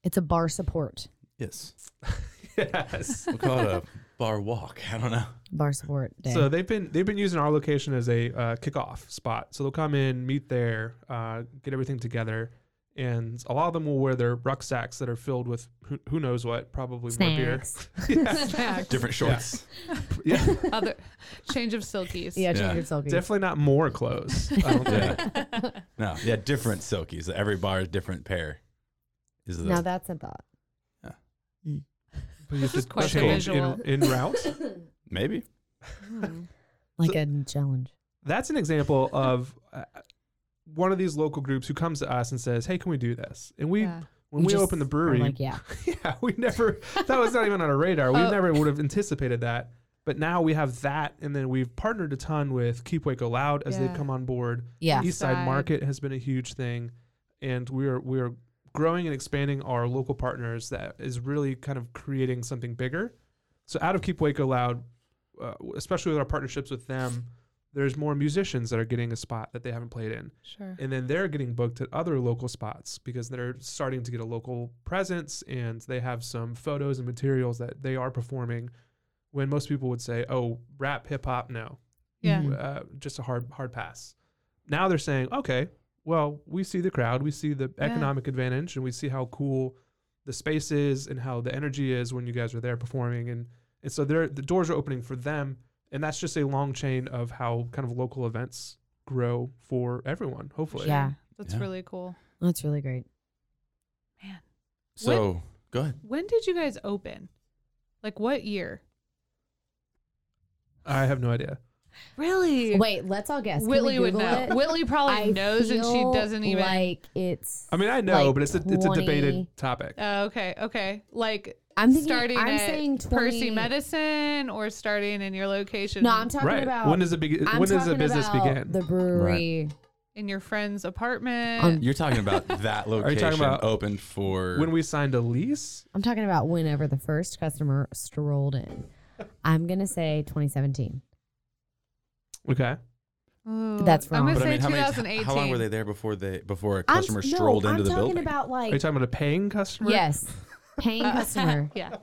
It's a bar support.
yes,
yes.
we'll call
(laughs)
it a bar walk. I don't know.
Bar support day.
So they've been they've been using our location as a uh, kickoff spot. So they'll come in, meet there, uh, get everything together, and a lot of them will wear their rucksacks that are filled with who, who knows what,
(laughs)
probably
Snacks.
more beer. yeah,
Snacks.
Different shorts.
(laughs) yeah.
other change
(laughs)
of silkies.
yeah,
Yeah.
change your silkies.
definitely not more clothes. I don't think.
(laughs)
(laughs)
Yeah. no, yeah, different silkies. Every bar is different pair. Is the
Now that's a thought.
But you have
This is
to
quite
the
change
visual.
in, in route.
maybe?
Hmm.
Like a challenge.
that's an example of uh, one of these local groups who comes to us and says, "Hey, can we do this?" And we,
Yeah.
when
You
we
just
opened the
are
brewery,
Like
(laughs)
yeah.
(laughs) yeah, we never that was not even on our radar. We
Oh.
never would have anticipated that. But now we have that, and then we've partnered a ton with Keep Waco Loud as
Yeah.
they've come on board.
Yeah.
East Side
Side.
Market has been a huge thing, and we are we are growing and expanding our local partners. That is really kind of creating something bigger. So out of Keep Waco Loud, uh, especially with our partnerships with them, there's more musicians that are getting a spot that they haven't played in
Sure.
and then they're getting booked at other local spots because they're starting to get a local presence and they have some photos and materials that they are performing when most people would say oh rap hip hop no
Yeah.
Mhm.
uh, just a hard hard pass now they're saying okay well we see the crowd we see the
Yeah.
economic advantage and we see how cool the space is and how the energy is when you guys are there performing and and so they're the doors are opening for them and that's just a long chain of how kind of local events grow for everyone hopefully
Yeah.
That's
Yeah.
really cool.
That's really great.
Man.
So go ahead.
When did you guys open? Like what year?
I have no idea.
Really?
Wait, let's all guess. Can we
Whitley would
Google
know.
it?
Whitley probably
I
knows and she
feel
doesn't even
like it's.
I mean, I know,
like
but it's a it's a
20
debated topic.
Oh, okay, okay. Like
I'm thinking.
starting
I'm
at
saying 20,
Percy Medicine or starting in your location
No, I'm talking
right?
about.
when does it begin?
I'm
When does the
talking
business
about
begin?
The brewery.
in your friend's apartment.
On-
You're talking about that
(laughs) Are you
location
talking about
open for
when we signed a lease.
I'm talking about whenever the first customer strolled in. I'm gonna say 2017.
Okay,
Ooh,
Um, That's wrong.
I'm gonna
But
say
I mean, how, many,
2018.
how long were they there before they before a
I'm-
customer
no,
strolled
I'm
into the
talking
building? (laughs)
about
are you
like
talking about a paying customer?
yes, paying
(laughs)
customer,
yeah.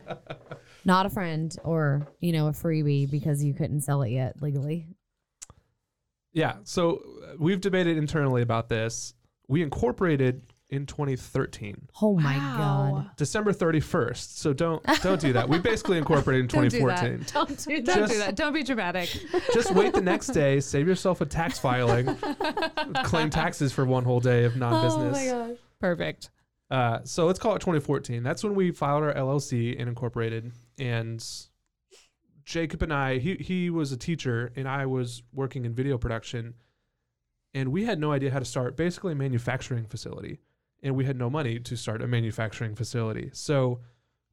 not a friend or you know a freebie because you couldn't sell it yet legally.
Yeah. So uh, we've debated internally about this. We incorporated in 2013,
Oh my
Wow.
god!
December 31st. So don't don't do that. We basically incorporated
(laughs)
in
Don't do
2014.
that. Don't do that.
Just-
Don't do that. Don't be dramatic.
Just wait the next day. Save yourself a tax
(laughs)
filing. claim taxes for one whole day of non-business.
Oh
gosh!
Perfect.
Uh, so let's call it 2014. That's when we filed our LLC and incorporated. And Jacob and I, he he was a teacher and I was working in video production, and we had no idea how to start basically a manufacturing facility, and we had no money to start a manufacturing facility. So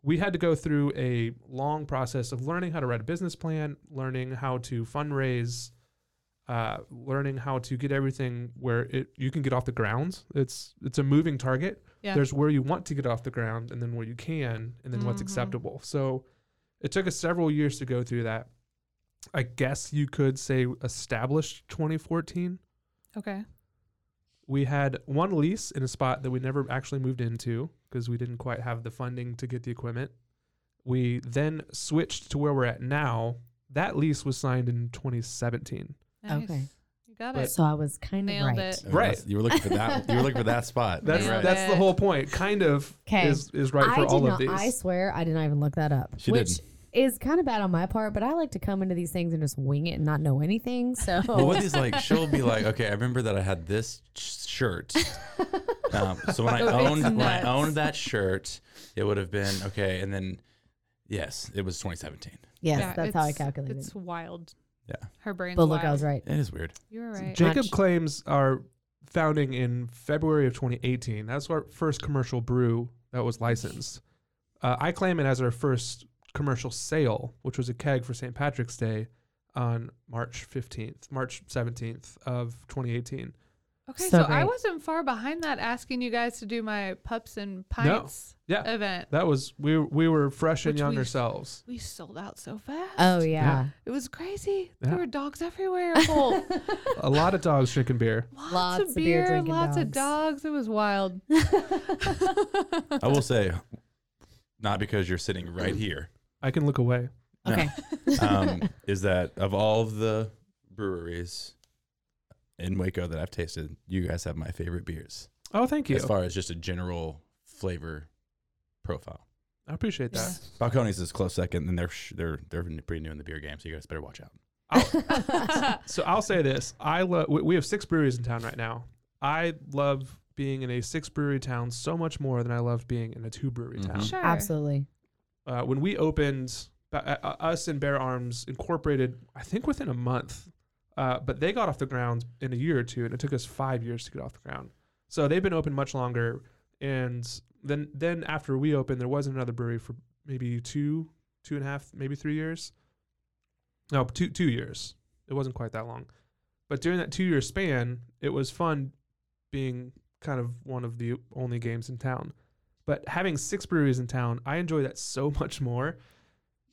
we had to go through a long process of learning how to write a business plan, learning how to fundraise, uh, learning how to get everything where it you can get off the ground. It's it's a moving target.
Yeah.
There's where you want to get off the ground, and then where you can, and then
Mm-hmm.
what's
Mhm.
acceptable. So it took us several years to go through that. I guess you could say established 2014.
Okay.
We had one lease in a spot that we never actually moved into because we didn't quite have the funding to get the equipment. We then switched to where we're at now. That lease was signed in 2017.
Nice.
Okay.
You got
But-
it.
So I was kind of
Nailed
right.
it.
I mean,
Right.
Oh, that's- You were looking for that. You were looking for that spot.
That's
You're right.
that-
that's the whole point. Kind of
'Kay.
is is right
I
for
did
all
not,
of these.
I swear I did not even look that up.
She
which
didn't.
is kind of bad on my part, but I like to come into these things and just wing it and not know anything.
(laughs)
So
Well, what is like? She'll be like, okay, I remember that I had this sh-
(laughs)
shirt. Um, so when I
Oh,
It's
owned when I
nuts.
owned that shirt, it would have been okay. And then, yes, it was 2017.
(laughs) yes,
Yeah,
that's how I
it's-
calculated.
It's wild.
Yeah,
Her brain's
But look, I
wild.
was right.
it is weird.
You were right.
Jacob
Much.
claims our founding in February of 2018. That's our first commercial brew that was licensed. Uh, I claim it as our first commercial sale, which was a keg for St. Patrick's Day on March 15th, March 17th of 2018.
Okay,
So
so, I
great.
wasn't far behind that asking you guys to do my pups and pints
Yeah.
(laughs) event.
That was we we were fresh
Oh.
and
Which
young
we-
ourselves.
We sold out so fast.
Oh yeah.
It was crazy.
Yeah.
There were dogs everywhere. Whole-
(laughs)
(laughs)
A lot of dogs drinking beer.
lots,
Lots
of
of beer
beer,
drinking
lots of dogs. It was wild.
I will say, not because you're sitting right here.
I can look away.
No.
Okay.
(laughs)
Um, is that of all of the breweries in Waco that I've tasted, you guys have my favorite beers
Oh, thank you.
as far as just a general flavor profile.
I appreciate that.
Balcones is a close second, and they're sh- they're they're pretty new in the beer game, so you guys better watch out.
So I'll say this: I love. We have six breweries in town right now. I love being in a six brewery town so much more than I love being in a two brewery
Mhm.
town.
Sure.
Absolutely.
Uh, when we opened, uh, uh, us and Bear Arms incorporated, I think within a month, uh, but they got off the ground in a year or two, and it took us five years to get off the ground. So they've been open much longer. And then then after we opened, there wasn't another brewery for maybe two, two and a half, maybe three years. No, two two years. It wasn't quite that long. But during that two year span, it was fun being kind of one of the only games in town. But having six breweries in town, I enjoy that so (laughs) much more.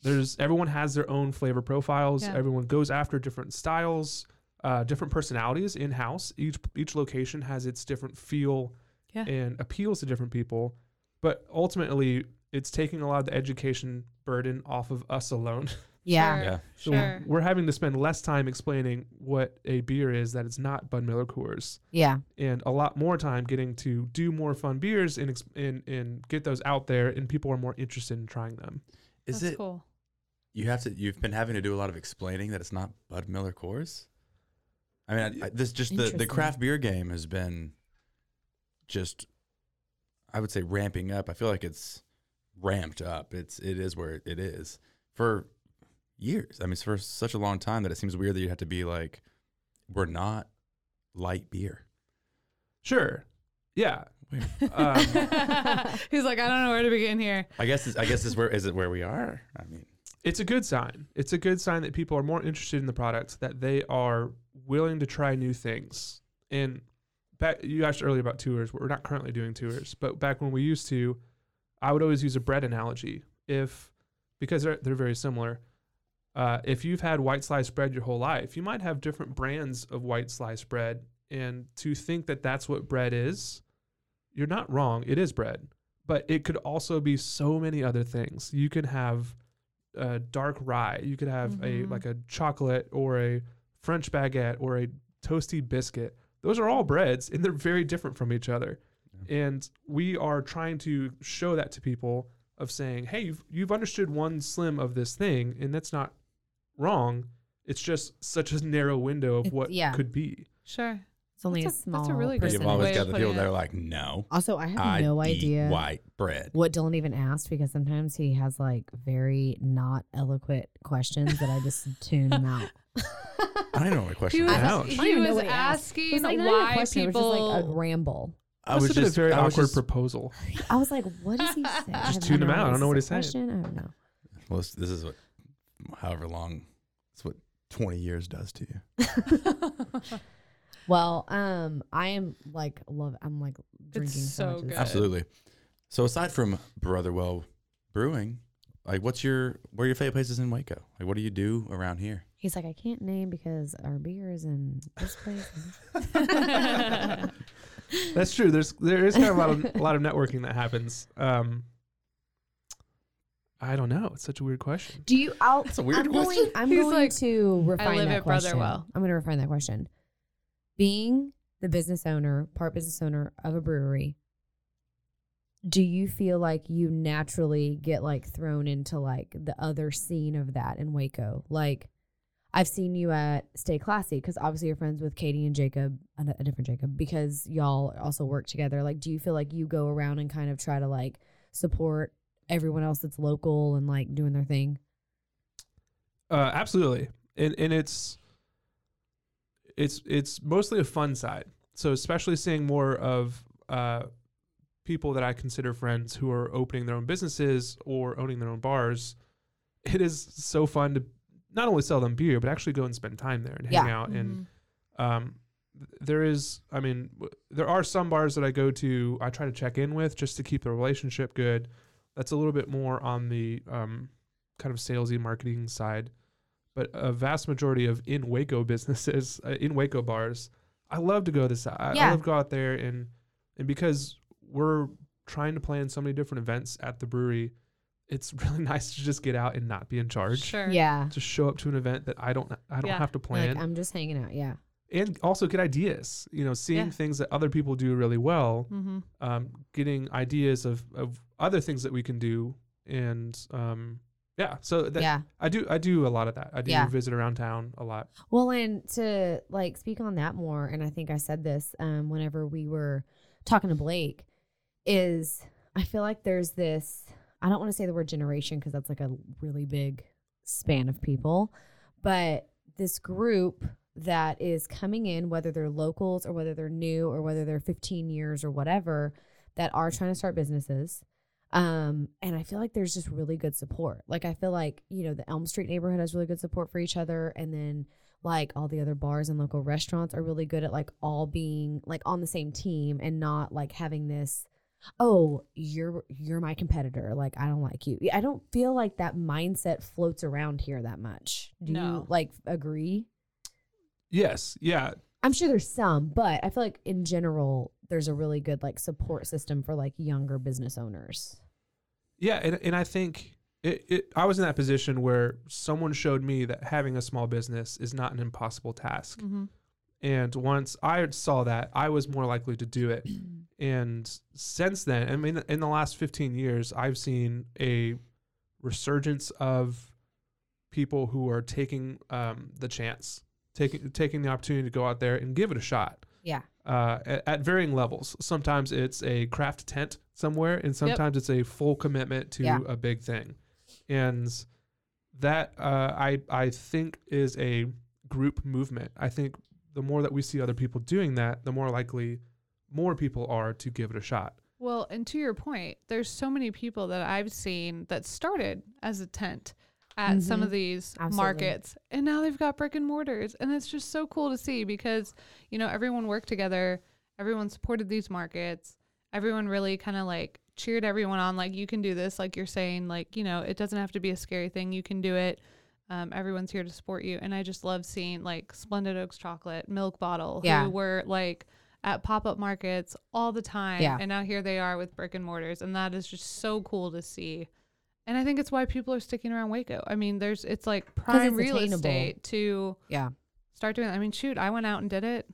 There's everyone has their own flavor profiles.
Yeah.
Everyone goes after different styles, uh, different personalities in house. Each each location has its different feel
Yeah.
and appeals to different people. But ultimately, it's taking a lot of the education burden off of us alone. (laughs)
Yeah.
Sure.
Yeah.
So
Sure.
we're having to spend less time explaining what a beer is that it's not Bud Miller Coors,
Yeah.
and a lot more time getting to do more fun beers and ex- and and get those out there, and people are more interested in trying them.
Is
That's
it
cool?
you have to? You've been having to do a lot of explaining that it's not Bud Miller Coors. I mean, I, I, this just the the
Interesting.
craft beer game has been just, I would say, ramping up. I feel like it's ramped up. It's it is where it is for years. I mean, it's for such a long time that it seems weird that you have to be like, we're not light beer.
Sure, yeah.
Weird.
Um,
(laughs) He's like, I don't know where to begin here.
I guess it's, I guess is where is it where we are. I mean,
it's a good sign. It's a good sign that people are more interested in the product, that they are willing to try new things. And back, you asked earlier about tours. We're not currently doing tours, but back when we used to, I would always use a bread analogy. If because they're they're very similar. Uh, if you've had white sliced bread your whole life, you might have different brands of white sliced bread. And to think that that's what bread is, you're not wrong. It is bread, but it could also be so many other things. You can have a dark rye. You could have a
Mhm.
like a chocolate or a French baguette or a toasty biscuit. Those are all breads, and they're very different from each other. And we are trying to show that to people of saying, "Hey, you've you've understood one slim of this thing, and that's not wrong. It's just such a narrow window of
It's-
what
yeah.
could be."
Sure.
It's only
That's
a
a-
small.
that's a really good
but you've
Person way
always
of
got the
putting
people that
it.
are like, no,
Also, I have
I
no
eat
idea
white bread.
what Dylan even asked because sometimes he has like very not eloquent questions that I just tune him out.
I don't know what my
He
question
was,
was.
Ouch.
he
I don't even know
was
what he asked. It
asking
was, like, not even a
why
question, it was
people
just like a ramble.
I
Must
was
have been
just
a very
I was
awkward
just-
proposal.
I was like, what does (laughs) he say? I
Just
have
tune
no
him out. I don't know what
Is
he
this a Question? I don't know.
Well, this, this is what, however long, it's what 20 years does to you.
Well, um, I am like love. I'm like drinking
so
much of this.
good.
Absolutely. So aside from Brotherwell Brewing, like what's your where are your favorite places in Waco? Like what do you do around here?
He's like, I can't name because our beer is in this place.
(laughs)
That's true. There's there is kind of a lot of, a lot of networking that happens. Um, I don't know. It's such a weird question.
Do you? I'll,
That's a weird
I'm
question.
Going, I'm
He's
going
like,
to refine
live
that
at
question.
Brotherwell.
I'm going to refine that question. Being the business owner, part business owner of a brewery, do you feel like you naturally get like thrown into like the other scene of that in Waco? Like, I've seen you at Stay Classy because obviously you're friends with Katie and Jacob, a a different Jacob, because y'all also work together. Like, do you feel like you go around and kind of try to like support everyone else that's local and like doing their thing?
Uh, absolutely, and and it's it's it's mostly a fun side. So especially seeing more of uh, people that I consider friends who are opening their own businesses or owning their own bars, it is so fun to not only sell them beer but actually go and spend time there and hang
Yeah.
out
Mm-hmm.
and um, th- there is i mean w- there are some bars that i go to i try to check in with just to keep the relationship good that's a little bit more on the um, kind of salesy marketing side but a vast majority of in waco businesses (laughs) uh, in waco bars i love to go this I, I
Yeah.
love to go out there and and because we're trying to plan so many different events at the brewery it's (laughs) really nice to just get out and not be in charge
sure.
Yeah.
to show up to an event that i don't i don't
Yeah.
have to plan
Like I'm just hanging out. Yeah.
and also get ideas. You know, seeing
Yeah.
things that other people do really well,
Mm-hmm.
um, getting ideas of, of other things that we can do, and um, yeah. So that,
yeah.
I do I do a lot of that. I do
Yeah.
visit around town a lot.
Well, and to like speak on that more, and I think I said this um, whenever we were talking to Blake, is I feel like there's this, I don't want to say the word generation because that's like a really big span of people, but this group that is coming in, whether they're locals or whether they're new or whether they're 15 years or whatever, that are trying to start businesses. Um, and I feel like there's just really good support. Like I feel like, you know, the Elm Street neighborhood has really good support for each other. And then like all the other bars and local restaurants are really good at like all being like on the same team and not like having this oh you're you're my competitor like i don't like you i don't feel like that mindset floats around here that much do
No.
you like agree
Yes, yeah,
i'm sure there's some but i feel like in general there's a really good like support system for like younger business owners
yeah, and and I think. It, it, I was in that position where someone showed me that having a small business is not an impossible task.
Mm-hmm.
And once I saw that, I was more likely to do it. and since then, I mean, in the last 15 years, I've seen a resurgence of people who are taking um, the chance, taking taking the opportunity to go out there and give it a shot
yeah
uh, at, at varying levels. Sometimes it's a craft tent somewhere, and sometimes it's a full commitment to
Yeah.
a big thing. And that uh, I I think is a group movement. I think the more that we see other people doing that, the more likely more people are to give it a shot.
Well, and to your point, there's so many people that I've seen that started as a tent at some
Mhm.
of these
Absolutely.
markets and now they've got brick and mortars and it's just so cool to see because, you know, everyone worked together, everyone supported these markets, everyone really kind of like cheered everyone on like you can do this, like you're saying, like, you know, it doesn't have to be a scary thing, you can do it. Um, everyone's here to support you and I just love seeing like Splendid Oaks chocolate, Milk Bottle
Yeah.
who were like at pop up markets all the time.
Yeah.
And now here they are with brick and mortars. And that is just so cool to see. And I think it's why people are sticking around Waco. I mean, there's it's like prime
it's
real
attainable.
estate to
yeah
start doing. I mean, shoot, I went out and did it.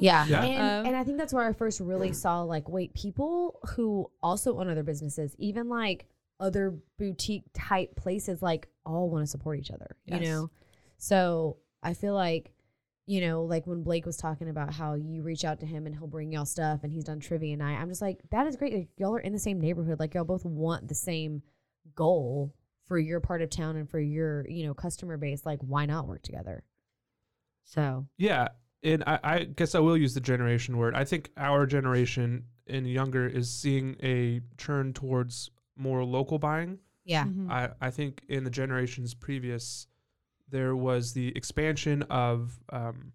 Yeah.
Yeah.
And,
Um,
and I think that's where I first really saw like, wait, people who also own other businesses, even like other boutique type places, like all want to support each other,
Yes.
you know? So I feel like, you know, like when Blake was talking about how you reach out to him and he'll bring y'all stuff and he's done trivia and I, I'm just like, that is great. Like, y'all are in the same neighborhood. Like y'all both want the same goal for your part of town and for your, you know, customer base. Like why not work together? So
Yeah, and I, I guess I will use the generation word. I think our generation and younger is seeing a turn towards more local buying.
Yeah.
Mhm.
I, I think in the generations previous, there was the expansion of um,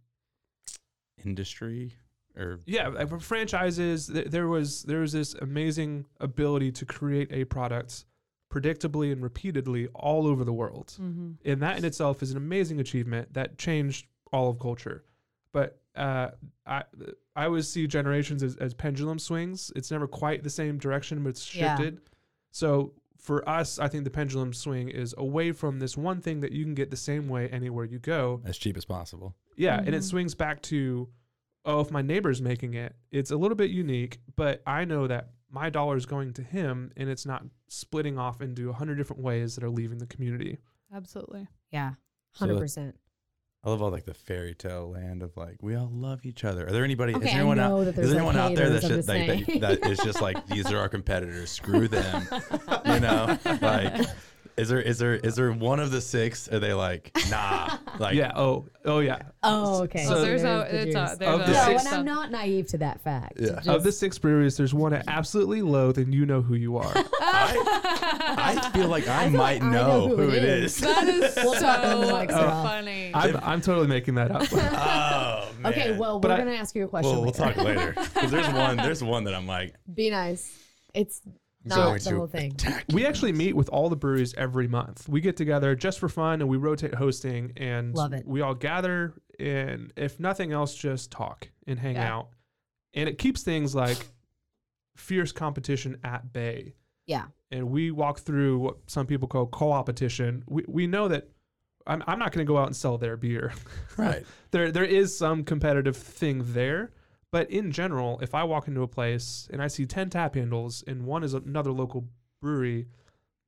Industry or
yeah uh, for franchises. Th- there was there was this amazing ability to create a product predictably and repeatedly all over the world.
Mhm.
and that in itself is an amazing achievement that changed all of culture. But uh, I I always see generations as, as pendulum swings. It's never quite the same direction, but it's
Yeah.
shifted. So for us, I think the pendulum swing is away from this one thing that you can get the same way anywhere you go.
as cheap as possible.
Yeah, and it
Mhm.
swings back to, oh, if my neighbor's making it, it's a little bit unique, but I know that my dollar is going to him, and it's not splitting off into a hundred different ways that are leaving the community.
Absolutely.
Yeah.
So that-
Hundred percent.
I love all like the fairy tale land of like we all love each other. Are there anybody?
Okay,
is
I
anyone
know
out?
that
is
there's,
there
like,
anyone out there that's
haters,
just
I'm
like
just
that, that is just like these are our competitors.
(laughs)
Screw them. You know, like is there is there is there one of the six? Are they like nah? Like
yeah. Oh. Oh yeah.
Oh, okay.
So
So there's
there
a,
is the
it's a,
juice.
there's
Of
a,
the
no,
six-
and I'm not naive to that fact.
Yeah.
Just-
of the six breweries, there's one at absolutely loath, and you know who
(laughs)
you are.
I, I feel like (laughs) I, might
I
know, who, it (laughs) is.
That
(laughs)
is
We'll
so
talk when the mics
Oh.
are off.
funny.
I'm, I'm totally making that up.
(laughs)
oh man.
okay, well,
But
we're
I-
gonna ask you a question.
Well, we'll
later.
talk later. 'Cause there's one. There's one that I'm like.
(laughs) Be nice. It's
going
not the
to
whole thing.
we actually meet with all the breweries every month. We get together just for fun, and we rotate hosting, and
Love it.
we all gather, and if nothing else, just talk and hang
Yeah.
out, and it keeps things like fierce competition at bay.
Yeah.
and we walk through what some people call co-opetition. We we know that I'm I'm not going to go out and sell their beer.
Right.
there there is some competitive thing there, but in general, if I walk into a place and I see ten tap handles and one is another local brewery,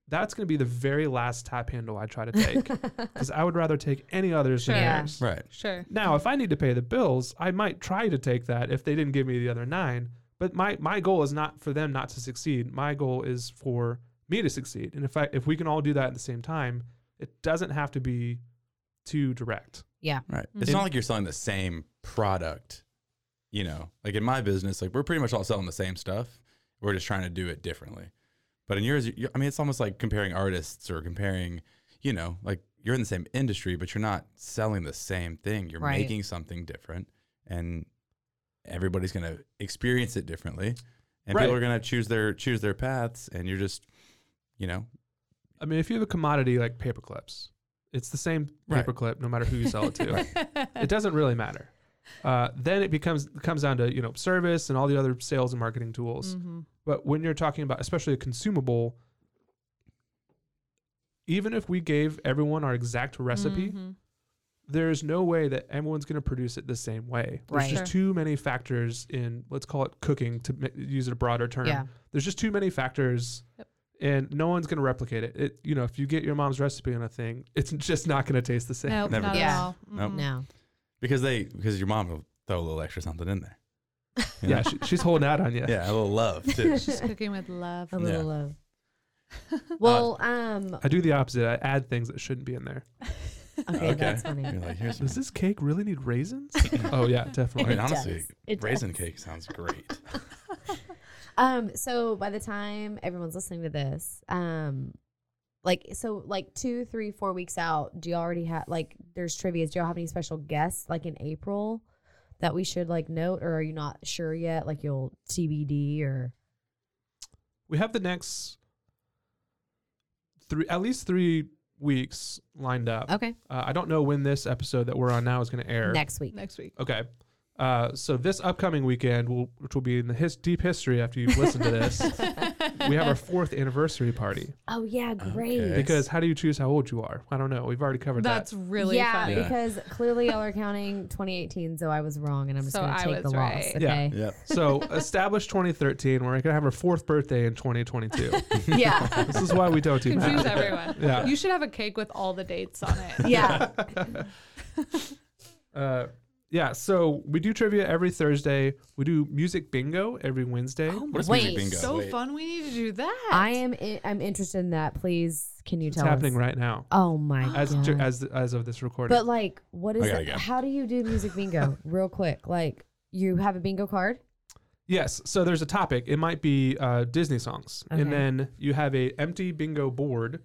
that's going to be the very last tap handle I try to take because I would rather take any others
Sure.
than
Yeah.
theirs.
Right.
sure.
Now, if I need to pay the bills, I might try to take that if they didn't give me the other nine. But my my goal is not for them not to succeed. My goal is for me to succeed. And if I if we can all do that at the same time, it doesn't have to be too direct.
Yeah.
Right. It's
Mhm.
not like you're selling the same product. You know, like in my business, like we're pretty much all selling the same stuff. We're just trying to do it differently. But in yours, you I mean, it's almost like comparing artists or comparing, you know, like you're in the same industry, but you're not selling the same thing. You're
Right.
making something different, and everybody's going to experience it differently, and
Right.
people are going to choose their choose their paths. And you're just, you know,
I mean, if you have a commodity like paper clips, it's the same
Right.
paper clip no matter who you sell it to. It doesn't really matter. Uh, then it becomes comes down to you know service and all the other sales and marketing tools.
hmm
But when you're talking about, especially a consumable, even if we gave everyone our exact recipe,
Mm-hmm.
there's no way that everyone's going to produce it the same way. There's
Right.
just too many factors in, let's call it cooking to ma- use a broader term.
Yeah.
There's just too many factors.
Yep.
And no one's gonna replicate it. It, you know, if you get your mom's recipe on a thing, it's (laughs) just not gonna taste the same.
Nope,
Never
not
does.
at
Yeah.
all. Mm-hmm.
Nope.
Mm-mm.
No.
because they because your mom will throw a little extra something in there. you
Yeah,
know?
(laughs) she, she's holding out on you.
yeah, a little love too.
She's cooking with love.
(laughs) A
Yeah. Uh,
little
(laughs)
love. Well, um.
I do the opposite. I add things that shouldn't be in there.
Okay, that's funny.
You're like, here's
Does this cake really need raisins? oh (laughs) yeah,
I
definitely.
mean,
does.
honestly,
It
raisin
(laughs) does.
cake sounds great.
Um, so by the time everyone's listening to this, um, like so like two, three, four weeks out, do you already have like there's trivia? Do y'all have any special guests like in April that we should like note, or are you not sure yet? Like you'll TBD or
we have the next three at least three weeks lined up
okay
uh, i don't know when this episode that we're on now is going to air
next week.
Next week.
okay uh, so this upcoming weekend will, which will be in the his, deep history after you've listened to this
(laughs)
we have our fourth anniversary party
Oh yeah, great.
Okay.
because how do you choose how old you are i don't know we've already covered
That's
that
really
yeah,
funny.
Yeah.
because clearly y'all are counting 2018, so I was wrong, and I'm just
So
gonna
I
take the
was
loss.
right.
Yeah.
Okay.
(laughs)
Yep.
so established 2013 we're going to have our fourth birthday in 2022
Yeah. Yeah.
this is why we don't do
(laughs) Confuse
that
everyone.
(laughs) Yeah.
You should have a cake with all the dates on it.
yeah.
uh, Yeah, so we do trivia every Thursday. We do music bingo every Wednesday.
What is
Wait,
music bingo?
So
Wait.
fun. We need to do that.
I am. I- I'm interested in that. Please, can you
it's
tell
happening
us?
right now
Oh my
as
god!
ju- as as of this recording.
but like, what is
I gotta
it?
go.
How do you do music
(laughs)
bingo? Real quick, like you have a bingo card.
yes, so there's a topic. It might be uh, Disney songs,
Okay.
and then you have a empty bingo board.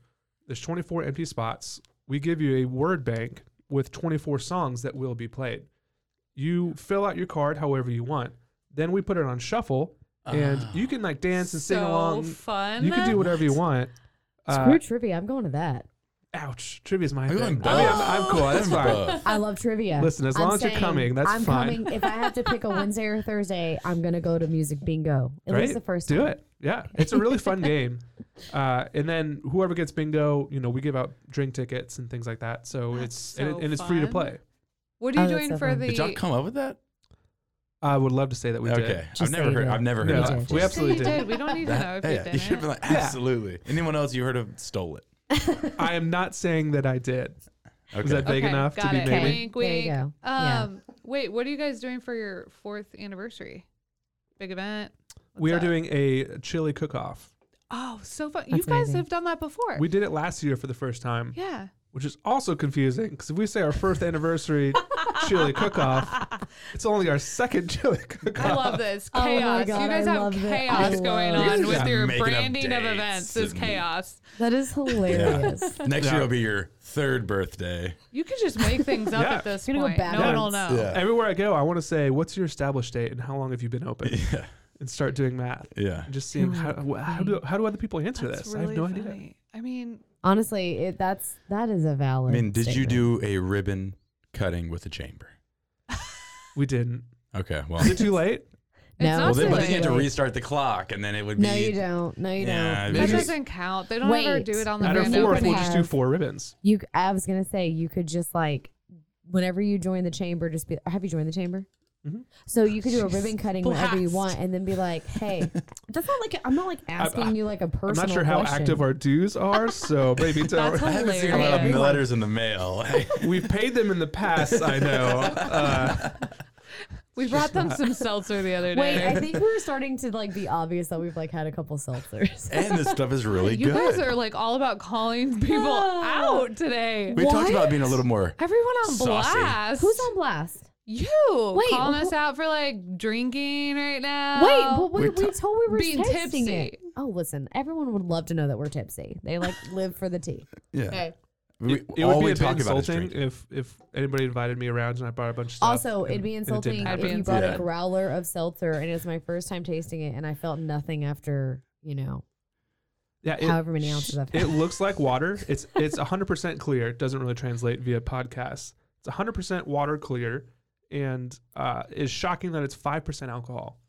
There's 24 empty spots. We give you a word bank with 24 songs that will be played. You fill out your card however you want. Then we put it on shuffle, and you can like dance and sing
Ah, So
along.
fun.
You can do whatever you want. Uh,
Screw trivia. I'm going to that.
Ouch! Trivia's my
Are you
thing. I mean,
on both?
I'm, I'm cool. That's
I'm
fine.
above.
I love trivia.
Listen, as
I'm
long as you're
saying
coming, that's
I'm
fine.
coming. If I have to pick
(laughs)
a Wednesday or Thursday, I'm gonna go to music bingo. At
Great.
least the first
Do
time.
it. Yeah. It's a really
(laughs)
fun game. Uh, and then whoever gets bingo, you know, we give out drink tickets and things like that. So
That's
it's and,
so
it, and it's free to
fun.
play.
What are you
Oh, that's
doing
so
for
fun.
the?
Did y'all come up with that?
I would love to say that we
okay,
did.
I've
Just
never
say you
heard.
did.
I've never
No,
heard
we
that.
did.
before.
We
Just say
absolutely
you
did.
We don't need to know
That-
if
yeah,
you
should have
did
been like,
Yeah.
absolutely. Anyone else you heard of stole it.
(laughs) I am not saying that I did.
Okay.
Is that big enough to
got
be
it.
maybe?
Wink,
There you
wink.
go. Yeah.
Um, wait, what are you guys doing for your fourth anniversary? Big event. What's
We are
up?
doing a chili cook off.
Oh, so fun! you
That's
guys
amazing.
have done that before.
We did it last year for the first time,
yeah.
(laughs) which is also confusing because if we say our
(laughs)
first anniversary chili cook off, it's only our second chili cook
I
off.
love this
Oh my
chaos.
God,
you guys
I
have
love it. I
chaos going
love
on
it.
with
Yeah.
your
Making up
branding of
dates
events. Is
and-
chaos.
That is hilarious.
(laughs) Next
(laughs) Yeah.
year will be your third
(laughs)
birthday.
You can just make things up
Yeah.
at this
You're gonna go
point.
back
no one
on-
will know.
Yeah.
Everywhere I go, I want to say, "What's your established date and how long have you been open?"
Yeah.
and start doing math.
Yeah.
and just seeing how, wh- how do how do other people answer
That's
this?
really
I have no
funny.
idea.
I mean,
Honestly, it, that's that is a
I
valid.
mean, did you
statement.
do a ribbon cutting with a chamber?
We didn't.
Okay. Well,
Is it too late?
It's
No,
not
well
too
then, but then you
late.
have to restart the clock, and then it would be.
No, you don't. No, you
Yeah,
don't.
Maybe
that
just-
doesn't count. They don't ever
Wait.
do it on the
At our
grand
Brandon
fourth,
would
we'll
opening.
just do
have-
four ribbons.
You, I was gonna say you could just like, whenever you join the chamber, just be. Have you joined the chamber?
Mhm.
So you could do a ribbon cutting whenever you
Blast.
want, and then be like,
(laughs)
"Hey, that's not like I'm not like asking you like a
I'm
personal."
not sure how
question.
active our
(laughs)
dues are, so maybe don't.
That's
I haven't seen a lot of
Hilarious.
letters in the mail.
(laughs)
(laughs)
We've paid them in the past, I know.
(laughs)
Uh,
We brought them some seltzer the other day.
Wait,
(laughs)
I think we're starting to like be obvious that we've like had a couple seltzers.
and this stuff is really
You
good.
guys are like all about calling people out today.
we talked about being a little more.
Everyone on
Saucy.
(laughs)
blast.
Who's on blast?
You
Wait,
calling
wh-
us out for like drinking right now.
Wait, but we,
We're
we told we were
being
texting
tipsy.
it. Oh, listen, everyone would love to know that we're tipsy. They like live for the tea.
Yeah. We,
it it
all
would be
we
a bit
talk about is
insulting
drinking.
if if anybody invited me around and I bought a bunch of stuff.
Also,
and-
it'd be
and it didn't
insulting
I'd
if
happen.
be
you brought
insulted.
a growler of seltzer and it's my first time tasting it and I felt nothing after, you know,
yeah, it-
however many ounces I've
It
had.
looks
(laughs)
like water. It's it's 100% clear. It doesn't really translate via podcasts. It's 100% water clear, and uh, it's shocking that it's 5% alcohol.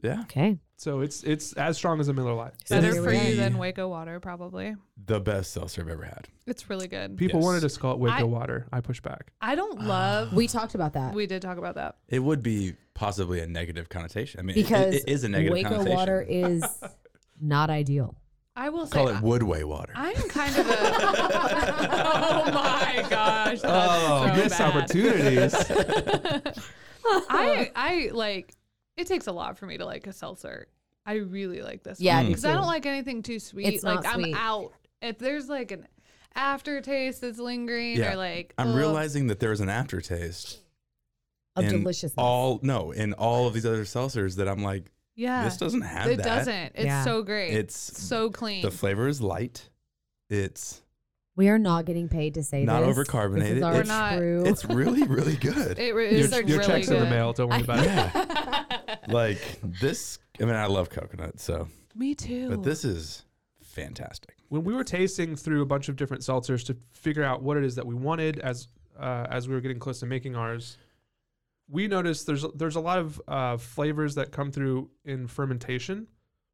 Yeah.
Okay.
So it's it's as strong as a Miller Lite.
It
Better
is
for you
the-
than Waco water, probably.
The best seltzer I've ever had.
It's really good.
People
Yes.
wanted us to call it Waco
I-
water. I push back.
I don't love.
We talked about that.
we did talk about that.
It would be possibly a negative connotation. I mean, it-
because
it, it is a negative
Waco
connotation.
water is not ideal.
I will
Call
say,
it Woodway water.
I'm kind of a. (laughs) oh my gosh! That's so bad.
opportunities.
I I like. It takes a lot for me to like a seltzer. I really like this.
Yeah, I do
because I
too.
don't like anything too sweet.
It's
like
not
I'm
sweet.
out. If there's like an aftertaste that's lingering,
Yeah.
or like
I'm
ugh.
realizing that there is an aftertaste
Of
in
deliciousness.
All no, in all of these other seltzers that I'm like,
Yeah,
this doesn't have
it
that.
doesn't. It's
Yeah.
so great.
It's
so clean.
The flavor is light. It's
we are not getting paid to say
not
this. This
overcarbonated.
is our
It's,
not-
true.
it's (laughs) really
(laughs)
really good.
it re-
your
is
your
really
checks
good.
in the mail. Don't
(laughs)
worry about it.
yeah, like this. I mean, I love coconut, so
Me too.
but this is fantastic.
When we were tasting through a bunch of different seltzers to figure out what it is that we wanted as uh, as we were getting close to making ours, we noticed there's there's a lot of uh, flavors that come through in fermentation.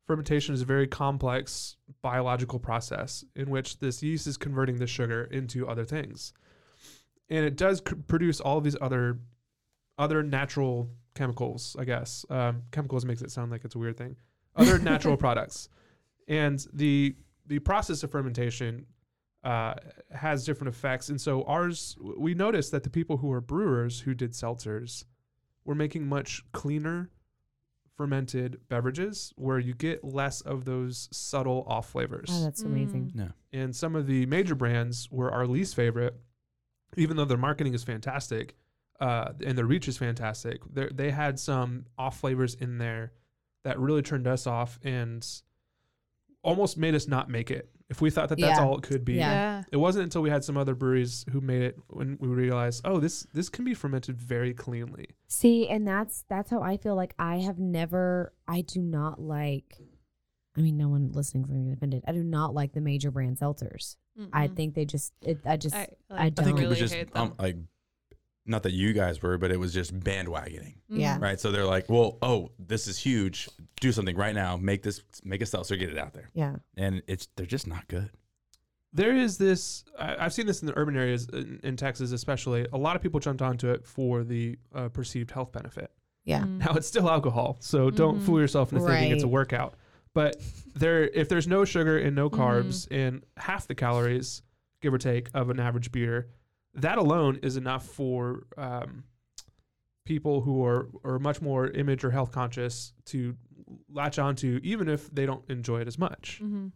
Fermentation is a very complex biological process in which this yeast is converting the sugar into other things, and it does c- produce all these other other natural chemicals. I guess um, chemicals makes it sound like it's a weird thing.
(laughs)
Other natural products, and the the process of fermentation uh, has different effects. And so ours, we noticed that the people who were brewers who did seltzers we're making much cleaner fermented beverages where you get less of those subtle off flavors.
(laughs) Oh, that's amazing.
No.
and some of the major brands were our least favorite, even though their marketing is fantastic uh, and their reach is fantastic. They're, they had some off flavors in there that really turned us off and almost made us not make it. If we thought that that's
Yeah.
all it could be,
Yeah.
it wasn't until we had some other breweries who made it when we realized, oh, this this can be fermented very cleanly.
See, and that's that's how I feel like I have never I do not like I mean no one listening's gonna get offended. I do not like the major brand seltzers. I
Mm-mm.
think they just it, I just
Mm-hmm.
I
I, like,
I think
don't-
it was
really
just
hate them.
um, like, not that you guys were, but it was just bandwagoning,
Yeah.
right? So they're like, well, oh, this is huge. Do something right now. Make this, make a seltzer, get it out there.
yeah.
And it's they're just not good.
there is this I, i've seen this in the urban areas in, in texas especially a lot of people jumped onto it for the uh, perceived health benefit
Yeah.
Mm-hmm.
now it's still alcohol so don't
Mhm.
Mm-hmm.
fool yourself into thinking it's a
Right.
workout but there if there's no sugar
Mm-hmm.
and no carbs and half the calories give or take of an average beer that alone is enough for um, people who are, are much more image or health conscious to latch onto even if they don't enjoy it as much
Mm-hmm.
Mhm.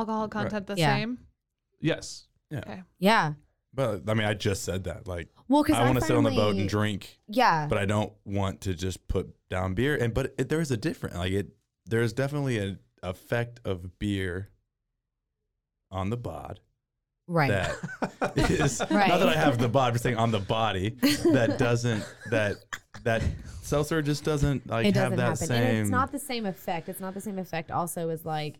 Alcohol content the
Yeah.
same.
yes
Yeah.
Okay.
Yeah.
But I mean, I just said that. Like,
Well, because
I
I,
want to sit on the boat
finally-
and drink,
Yeah.
but I don't want to just put down beer. And but it, there is a different, like it. There is definitely an effect of beer on the bod
right.
that
(laughs)
is
Right.
not that I have the bod, I'm saying on the body that doesn't that that seltzer just doesn't like
it doesn't
have that
happen.
same.
And it's not the same effect. It's not the same effect also as like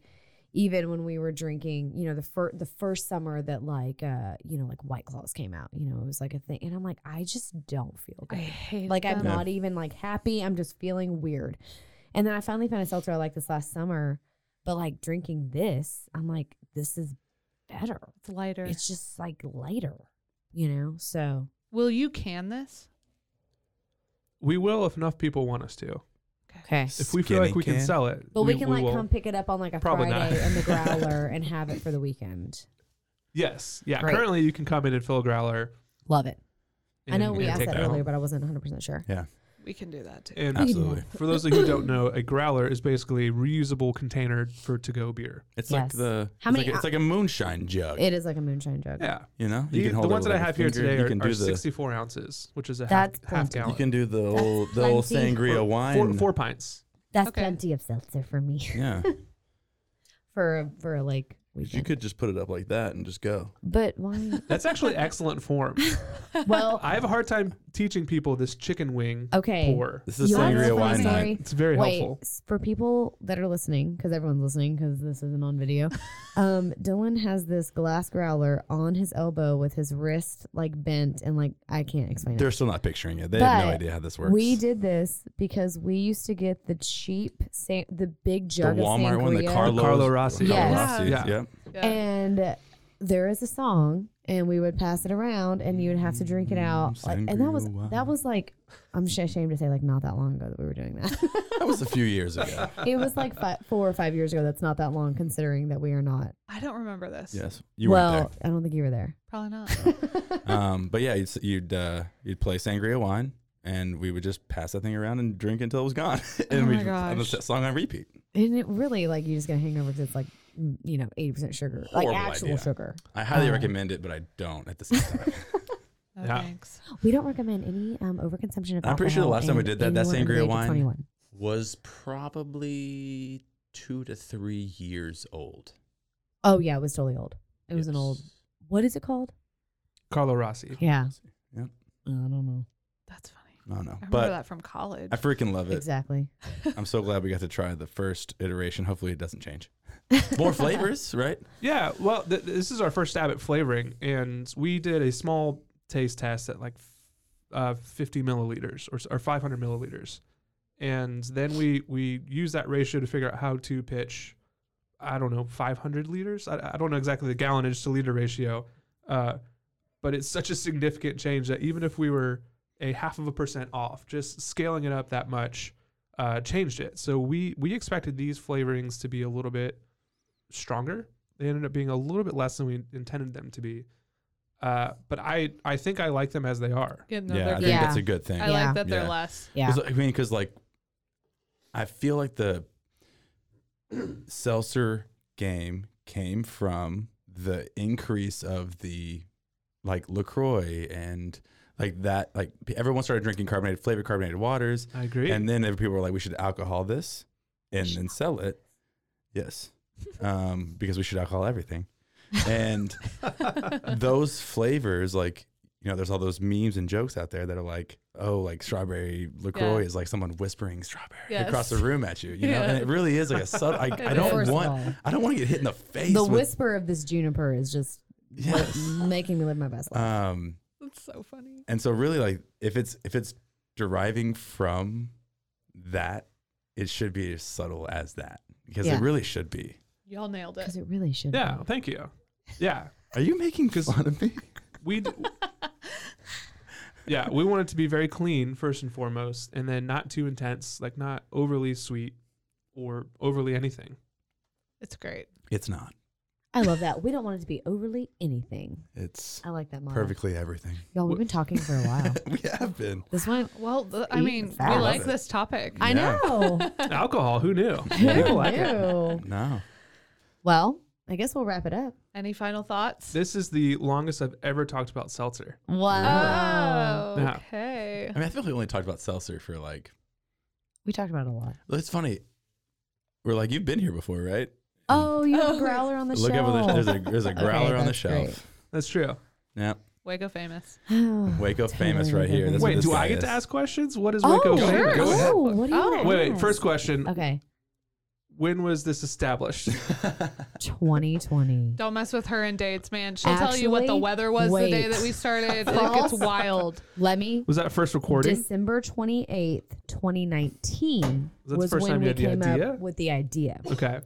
even when we were drinking, you know, the first the first summer that like uh, you know, like White Claws came out, you know, it was like a thing. And I'm like, I just don't feel
I
good.
hate
Like I'm
them.
Yeah.
not even like happy. I'm just feeling weird. And then I finally found a seltzer I like this last summer, but like drinking this, I'm like, this is better.
It's lighter.
It's just like lighter, you know. So
Will you can this?
we will if enough people want us to
okay,
if we feel
Skinny
like we can,
can?
sell it.
but we, can like
will.
come pick it up on like a
Probably not.
Friday in the growler and have it for the weekend.
Yes, yeah.
Great.
Currently, you can come in and fill a growler.
Love it. I
and-
know we
and
and
asked
take
that,
that
earlier,
home.
but I wasn't 100 percent sure.
yeah,
We can do that too.
And
absolutely.
for those of you who don't know, a growler is basically a reusable container for to-go beer.
It's like
Yes.
the
How
it's,
many-
like a, it's like a moonshine jug.
It is like a moonshine jug.
Yeah,
you know,
The- the
it
ones
with,
that I
like, a
have here
finger.
today
You
are,
can
are
do the
64 ounces, which is a
That's
half, half
plenty.
gallon.
you can do the old the old
plenty.
sangria
Four-
wine.
Four, four pints.
That's
Okay.
plenty of seltzer for me (laughs)
Yeah,
for a, for a like
you
weekend.
could just put it up like that and just go.
but
(laughs)
why? (laughs)
That's actually excellent form.
well,
I have a hard time teaching people this chicken wing
Oh. Okay.
pour.
This is
You wanna know
sangria
a funny
wine
story?
night.
It's very
Wait,
helpful.
s- for people that are listening, because everyone's listening, because this isn't on
(laughs)
video. um, Dylan has this glass growler on his elbow with his wrist like bent, and like I can't explain
They're
it.
still not picturing it. They have no
But
idea how this works.
We did this because we used to get the cheap, san- the big
the
jug of
Walmart one, the
sangria.
Carlos,
Carlo Rossi.
Carlo
Yes.
Rossi.
Yeah.
Yep.
Yeah.
and uh, there is a song and we would pass it around and you would have to drink it out like, and that was
Mm, Sangria wine.
that was like i'm sh- ashamed to say like not that long ago that we were doing that
That was a few years ago.
it was like fi- four or five years ago that's not that long considering that we are not
I don't remember this.
yes, you
well
weren't
i don't think you were there
(laughs)
Probably not.
there. Um, but yeah, you'd s- you'd uh, you'd play sangria wine, and we would just pass that thing around and drink until it was gone, (laughs) and
Oh my
we'd have the
gosh.
song on repeat.
and it really like you just get a hangover because it's like mm, you know 80% sugar
Horrible
like actual
idea.
sugar
I highly
Uh,
recommend it, but I don't at the same
(laughs)
time.
No,
Yeah.
thanks.
we don't recommend any um, overconsumption of
I'm pretty sure the
alcohol
last time we
in
did that, that
anyone under
sangria
the age of
wine-
21.
was probably two to three years old.
oh yeah it was totally old it was an old what is it called
Carlo Rossi.
yeah
Yep.
i don't know
That's funny.
I don't know,
I remember
but
that from college.
I freaking love it.
exactly
I'm so glad we got to try the first iteration. Hopefully, it doesn't
(laughs)
change. More flavors, right?
Yeah, well, th- this is our first stab at flavoring, and we did a small taste test at like uh, 50 milliliters or, s- or 500 milliliters, and then we we use that ratio to figure out how to pitch. I don't know 500 liters. I, I don't know exactly the gallonage to liter ratio, uh, but it's such a significant change that even if we were a half of a percent off, just scaling it up that much uh, changed it. So we we expected these flavorings to be a little bit stronger. They ended up being a little bit less than we intended them to be. Uh, but I, I think I like them as they are.
Yeah, no,
yeah, I
they're
think
great.
Yeah.
that's a good thing.
I
Yeah.
like that they're
Yeah.
less.
(laughs)
(laughs)
Yeah.
'Cause, I mean, because like, I feel like the (clears throat) seltzer game came from the increase of the like Lacroix and like that. Like p- everyone started drinking carbonated, flavored carbonated waters,
I agree.
and then every- people were like, "We should alcohol this and then sell it." (laughs) Yes, um, because we should alcohol everything, and
(laughs)
those flavors like you know there's all those memes and jokes out there that are like oh like strawberry lacroix
Yeah.
is like someone whispering strawberry
Yes.
across the room at you you know
(laughs) Yeah.
and it really is like a sub
(laughs)
I, I
is.
don't
First of
want
all,
i don't want to get hit in the face
the
with,
whisper of this juniper is just what-
(laughs) Yes.
making me live my best life.
(laughs) um
That's so funny.
and so really like if it's if it's deriving from that it should be as subtle as that because
Yeah.
it really should be
Y'all nailed it.
Because it really should.
yeah,
Be.
thank you. Yeah,
are you making fun of me
we. D- yeah, we want it to be very clean first and foremost, and then not too intense, like not overly sweet or overly
(laughs)
anything.
It's great.
it's not
I love that. We don't want it to be overly anything.
it's
Oh,
I like that model.
perfectly everything (laughs)
Y'all, we've been talking for a while.
we have been
(laughs) This one,
Well, th- I
Eat
mean, we
fast.
like
Love it.
this topic.
I
Yeah.
(laughs) know.
Alcohol, who knew?
Yeah.
People like it.
Ew.
no
Well, I guess we'll wrap it up.
Any final thoughts?
This is the longest I've ever talked about seltzer.
Oh. Wow.
oh,
Yeah.
okay.
I mean, I feel like we only talked about seltzer for like.
We talked about it a lot.
Well, It's funny. We're like, you've been here before, right?
Oh, you have
Oh.
a growler on the
Look
shelf.
over there. There's a there's a
Okay,
growler on the
that's
shelf.
great.
That's true.
Yeah,
Waco famous.
(sighs)
Waco famous right here. That's what
Wait,
this
do I
guy
get to
is.
ask questions? What is
Oh,
Waco?
Sure.
famous?
Go ahead.
Oh, what do you
Oh.
wanna
Wait, wait.
ask?
First question.
Okay.
When was this established?
2020.
Don't mess with her and dates, man. She'll tell you what the
Actually,
weather was the day
wait.
that we started. Like,
False.
it's wild.
Let me.
Was that first recording?
December 28th, 2019
Was that the
was
first
when
time you
we
had the
came
idea?
up with the idea.
okay.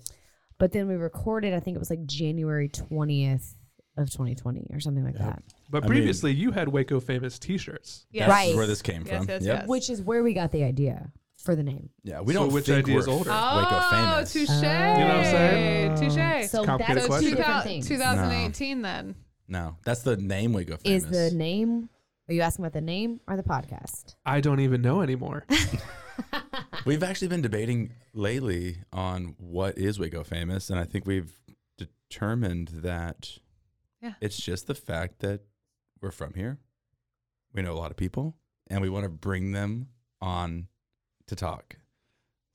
But then we recorded, I think it was like January 20th of 2020 or something like that.
But
I mean-
previously, you had Waco famous T-shirts.
Yes.
Right.
Where this came
Yes,
from.
yes,
Yep.
yes.
Which is where we got the idea for the name.
Yeah, we
So
don't
which
think
idea is
we're
older?
Waco
Oh,
famous.
touche.
You know what
I'm saying?
Touche.
Um, So
complicated
that's two
Mm. so
question.
different
2000,
things.
2018 then.
no, that's the name Waco famous.
Is the name, are you asking about the name or the podcast?
I don't even know anymore.
We've actually been debating lately on what is Waco famous, and I think we've determined that
Yeah.
it's just the fact that we're from here. We know a lot of people, and we want to bring them on to talk.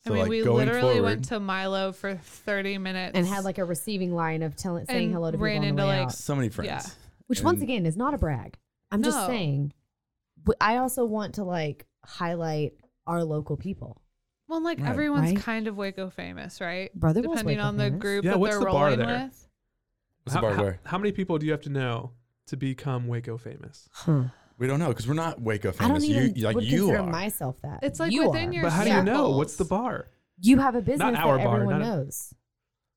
I mean, we literally went to Milo for 30 minutes
And had like a receiving line of telling, saying
And
hello to people
ran
on the
into,
way
like,
out.
so many friends.
Yeah.
which once
And-
again is not a brag. I'm just
No.
saying. But I also want to like highlight our local people.
Well, like
Right.
everyone's
Right?
kind of Waco famous, right?
Brother was
Depending
Waco
on the
famous.
group
Yeah,
that
what's
they're
the bar
rolling
there?
with.
What's the
How-
bar
how,
where?
how many people do you have to know to become Waco famous?
Huh.
We don't know because we're not Waco famous.
I don't even
you, like
would
you
consider
are.
myself that.
It's like
You
within
are.
your
But how do you know?
circles.
What's the bar?
You have a business
Not our
that
bar,
everyone
not a-
knows.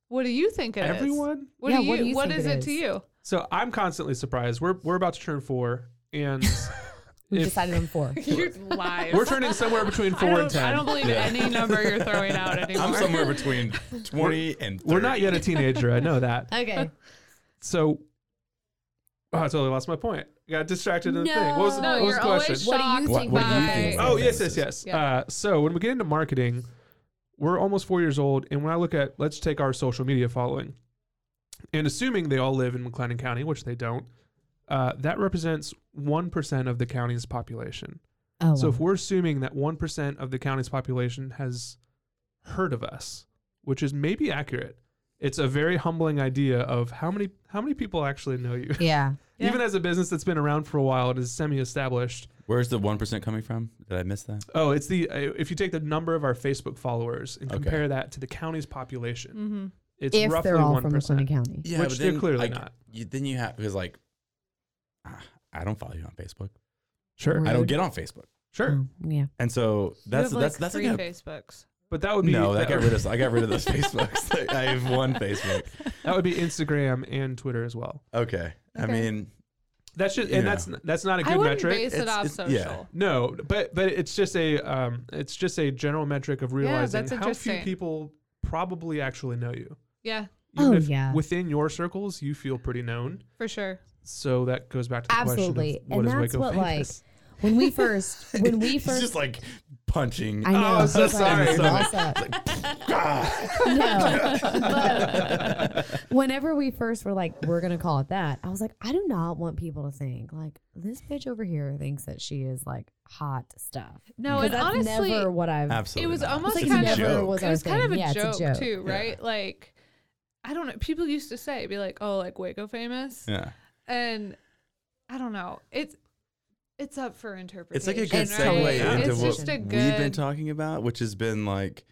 What do you think it is?
Everyone?
What
Yeah,
do you,
what do you
what
think
is
it
it
is?
to you?
So I'm constantly surprised. We're we're about to turn four,
(laughs)
and
We
If-
decided on (laughs) four.
(laughs)
You're lies.
we're turning somewhere
(laughs)
between
I
four
don't,
and ten.
I don't
(laughs)
believe
Yeah.
any
(laughs)
number you're throwing out anymore.
I'm somewhere between twenty and. 30.
We're not yet a teenager. I know that.
okay.
So (laughs) oh, I totally lost my point. Got distracted in the thing. What was,
No,
what
No,
was
you're
the question?
always
What do you
shocked
think
by
What do you think is
Oh
Yeah.
yes, yes, yes.
Yeah.
Uh, so when we get into marketing, we're almost four years old, and when I look at let's take our social media following, and assuming they all live in McLennan County, which they don't, uh, that represents one percent of the county's population.
Oh,
So
wow.
if we're assuming that one percent of the county's population has heard of us, which is maybe accurate, it's a very humbling idea of how many how many people actually know you.
yeah.
Yeah.
Even as a business that's been around for a while and is semi-established,
Where's the one percent coming from? Did I miss that?
Oh, it's the uh, if you take the number of our Facebook followers and
Okay.
compare that to the county's population,
(laughs) Mm-hmm.
it's
Mm. If
roughly
they're all
one
from McLennan
percent.
County.
Yeah,
Which
but
they're
then,
clearly
like,
not.
You, then you have because like, ah, I don't follow you on Facebook.
Sure,
I
Right.
don't get on Facebook,
sure,
Oh, yeah.
and so that's that's that's
three
like a,
Facebooks.
but that would be
no. That
that,
got rid of I got rid of those Facebooks. (laughs) Like, I have one Facebook.
(laughs) that would be Instagram and Twitter as well.
Okay, I
Okay.
mean,
That's just
Yeah.
and that's that's not a
I
good
wouldn't
metric.
base it
It's-
off
it's-
social.
yeah.
no, but but it's just a um, it's just a general metric of realizing
that's
how few
interesting.
people probably actually know you.
Yeah,
Oh,
Even if
yeah.
within your circles you feel pretty known.
for sure.
So that goes back to the
Absolutely.
question of what
And
is
that's
Waco
what, like,
famous?
When we first, when we
He's
first,
just like punching.
I know.
(laughs)
Oh, I'm so
he's like,
sorry.
"What's (laughs)
(laughs)
up?" No. But whenever we first were like, we're gonna call it that, I was like, I do not want people to think like this bitch over here thinks that she is like hot stuff.
No,
'Cause
and
that's
honestly,
never what I've.
Absolutely.
It was
not.
almost
It's a
kind of-
joke.
was
it
our
was kind of
thing.
a,
Yeah, it's a
joke,
joke.
too,
Yeah.
right? Like, I don't know. People used to say, be like, "Oh, like Waco famous,"
yeah.
and I don't know. It's it's up for interpretation.
It's like a good
It's totally
segue
right?
into
It's
what
just a good.
we've been talking about, which has been like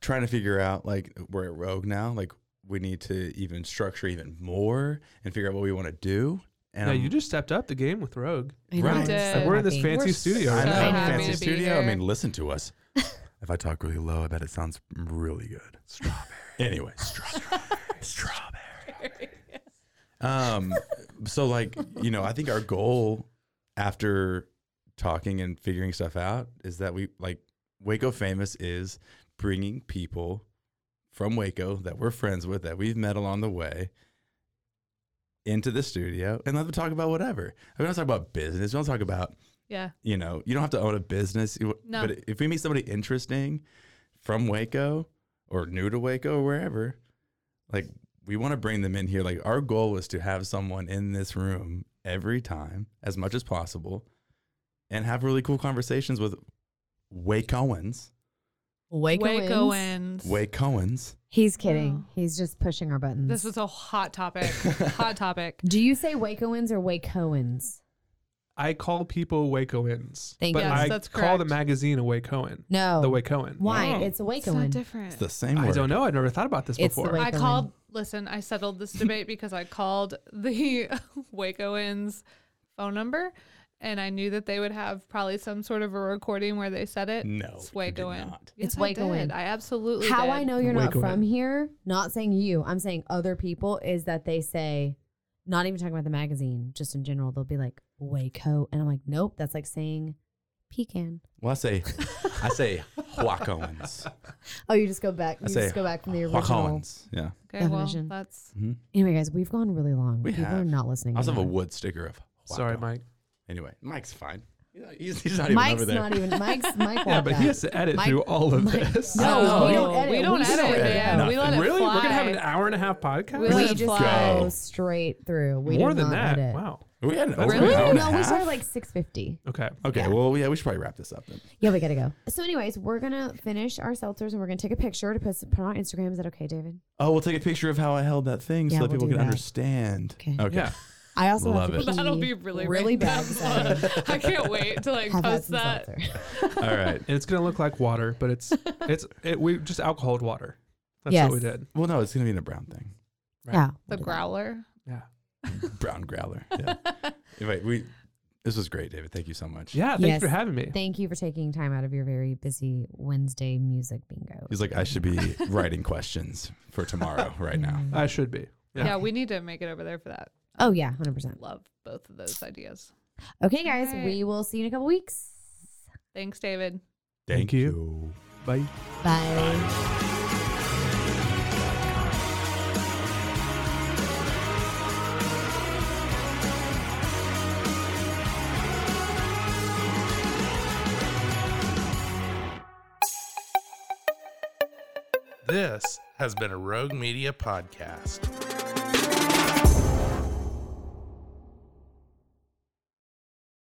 trying to figure out like we're at Rogue now. Like we need to even structure even more and figure out what we want to do. And
yeah,
I'm-
you just stepped up the game with Rogue.
I know,
Right.
I'm so
And
we're in this
happy.
fancy
We're
studio.
so
I know
happy
fancy
to be
studio. I
here.
mean, listen to us.
(laughs)
if I talk really low, I bet it sounds really good. Strawberry. anyway, strawberry.
(laughs)
strawberry. Um, so like, you know, I think our goal after talking and figuring stuff out is that we like Waco Famous is bringing people from Waco that we're friends with that we've met along the way into the studio and let them talk about whatever. We don't talk about business. We don't talk about
yeah,
you know you don't have to own a business. You-
No.
But if we meet somebody interesting from Waco or new to Waco or wherever, like we want to bring them in here. Like our goal is to have someone in this room every time as much as possible and have really cool conversations with Wacoans.
Waco, wins.
Wacoans.
Wacoans.
He's kidding.
Wow.
He's just pushing our buttons.
This was a hot
(laughs)
topic. hot topic.
Do you say Wacoans or Wacoans?
I call people Wacoans.
Thank
but
you.
Yes,
I
that's
call the
correct.
magazine a Wacoan.
No.
The Wacoan.
Why?
Oh.
It's a
It's not
Wacoan.
different.
It's the same
I
word.
don't know. I've never thought about this
It's the
before.
Waco-
I called. Listen, I settled this debate because I called the (laughs) Wacoans phone number, and I knew that they would have probably some sort of a recording where they said it.
No,
it's
you did
Wacoan.
not.
It's
I did.
Wacoan.
I absolutely.
How
did.
I know you're not
Waco
from
in.
here, not saying you, I'm saying other people, is that they say, not even talking about the magazine, just in general, they'll be like, Waco. And I'm like, nope, that's like saying pecan.
Well, I say,
(laughs)
I say Wacoans.
Oh, you just go back. You
I say
just go back from the original.
Wacoans. Yeah.
Okay, well,
Definition.
that's
Mhm.
Anyway, guys, we've gone really long.
We
people
have.
are not listening.
I also have a
anymore.
wood sticker of. Waco.
Sorry, Mike.
Anyway, Mike's fine. He's not, he's, he's not even
Mike's
over there.
not even. Mike's Mike.
Yeah, but he has to edit
Mike-
through all of
Mike-
this.
No,
Oh,
we don't edit.
We don't
just
edit.
go.
Yeah, we let it
really? We're gonna have an
fly.
hour and a half podcast.
We
We let it
just
fly.
go straight through. We
More
did
than
not
that.
edit.
Wow.
We had an
Really?
over an hour and a
No, we
half?
started like six fifty.
Okay.
Okay, well, yeah, we should probably wrap this up then.
Yeah, we gotta go. So, anyways, we're gonna finish our seltzers and we're gonna take a picture to put, put on Instagram. Is that okay, David?
Oh, we'll take a picture of how I held that thing
Yeah,
so that
we'll
people
do
can
that.
understand.
Okay.
Okay.
Yeah.
I also
Love
have to
it.
pee
That'll be really
really bad.
(laughs) bad.
Saturday.
I can't wait to like
(laughs) have had
post
some
that.
seltzer.
(laughs) All right.
And it's gonna look like water,
(laughs)
but it's it's it, we just alcoholed water. That's
Yes.
what we did.
Well, no, it's gonna be in a brown thing,
Right.
Yeah,
The growler.
Yeah.
brown growler.
(laughs)
Yeah. anyway, we. This was great, David. Thank you so much.
Yeah. Thanks
Yes.
for having me.
Thank you for taking time out of your very busy Wednesday music bingo.
He's like, I should be writing questions for tomorrow,
(laughs)
right now.
I should be.
Yeah.
Yeah.
we need to make it over there for that.
Oh yeah, hundred percent.
Love both of those ideas.
Okay, guys,
All right.
we will see you in a couple weeks.
Thanks, David.
Thank,
you.
you.
Bye.
Bye.
This has been a Rogue Media podcast.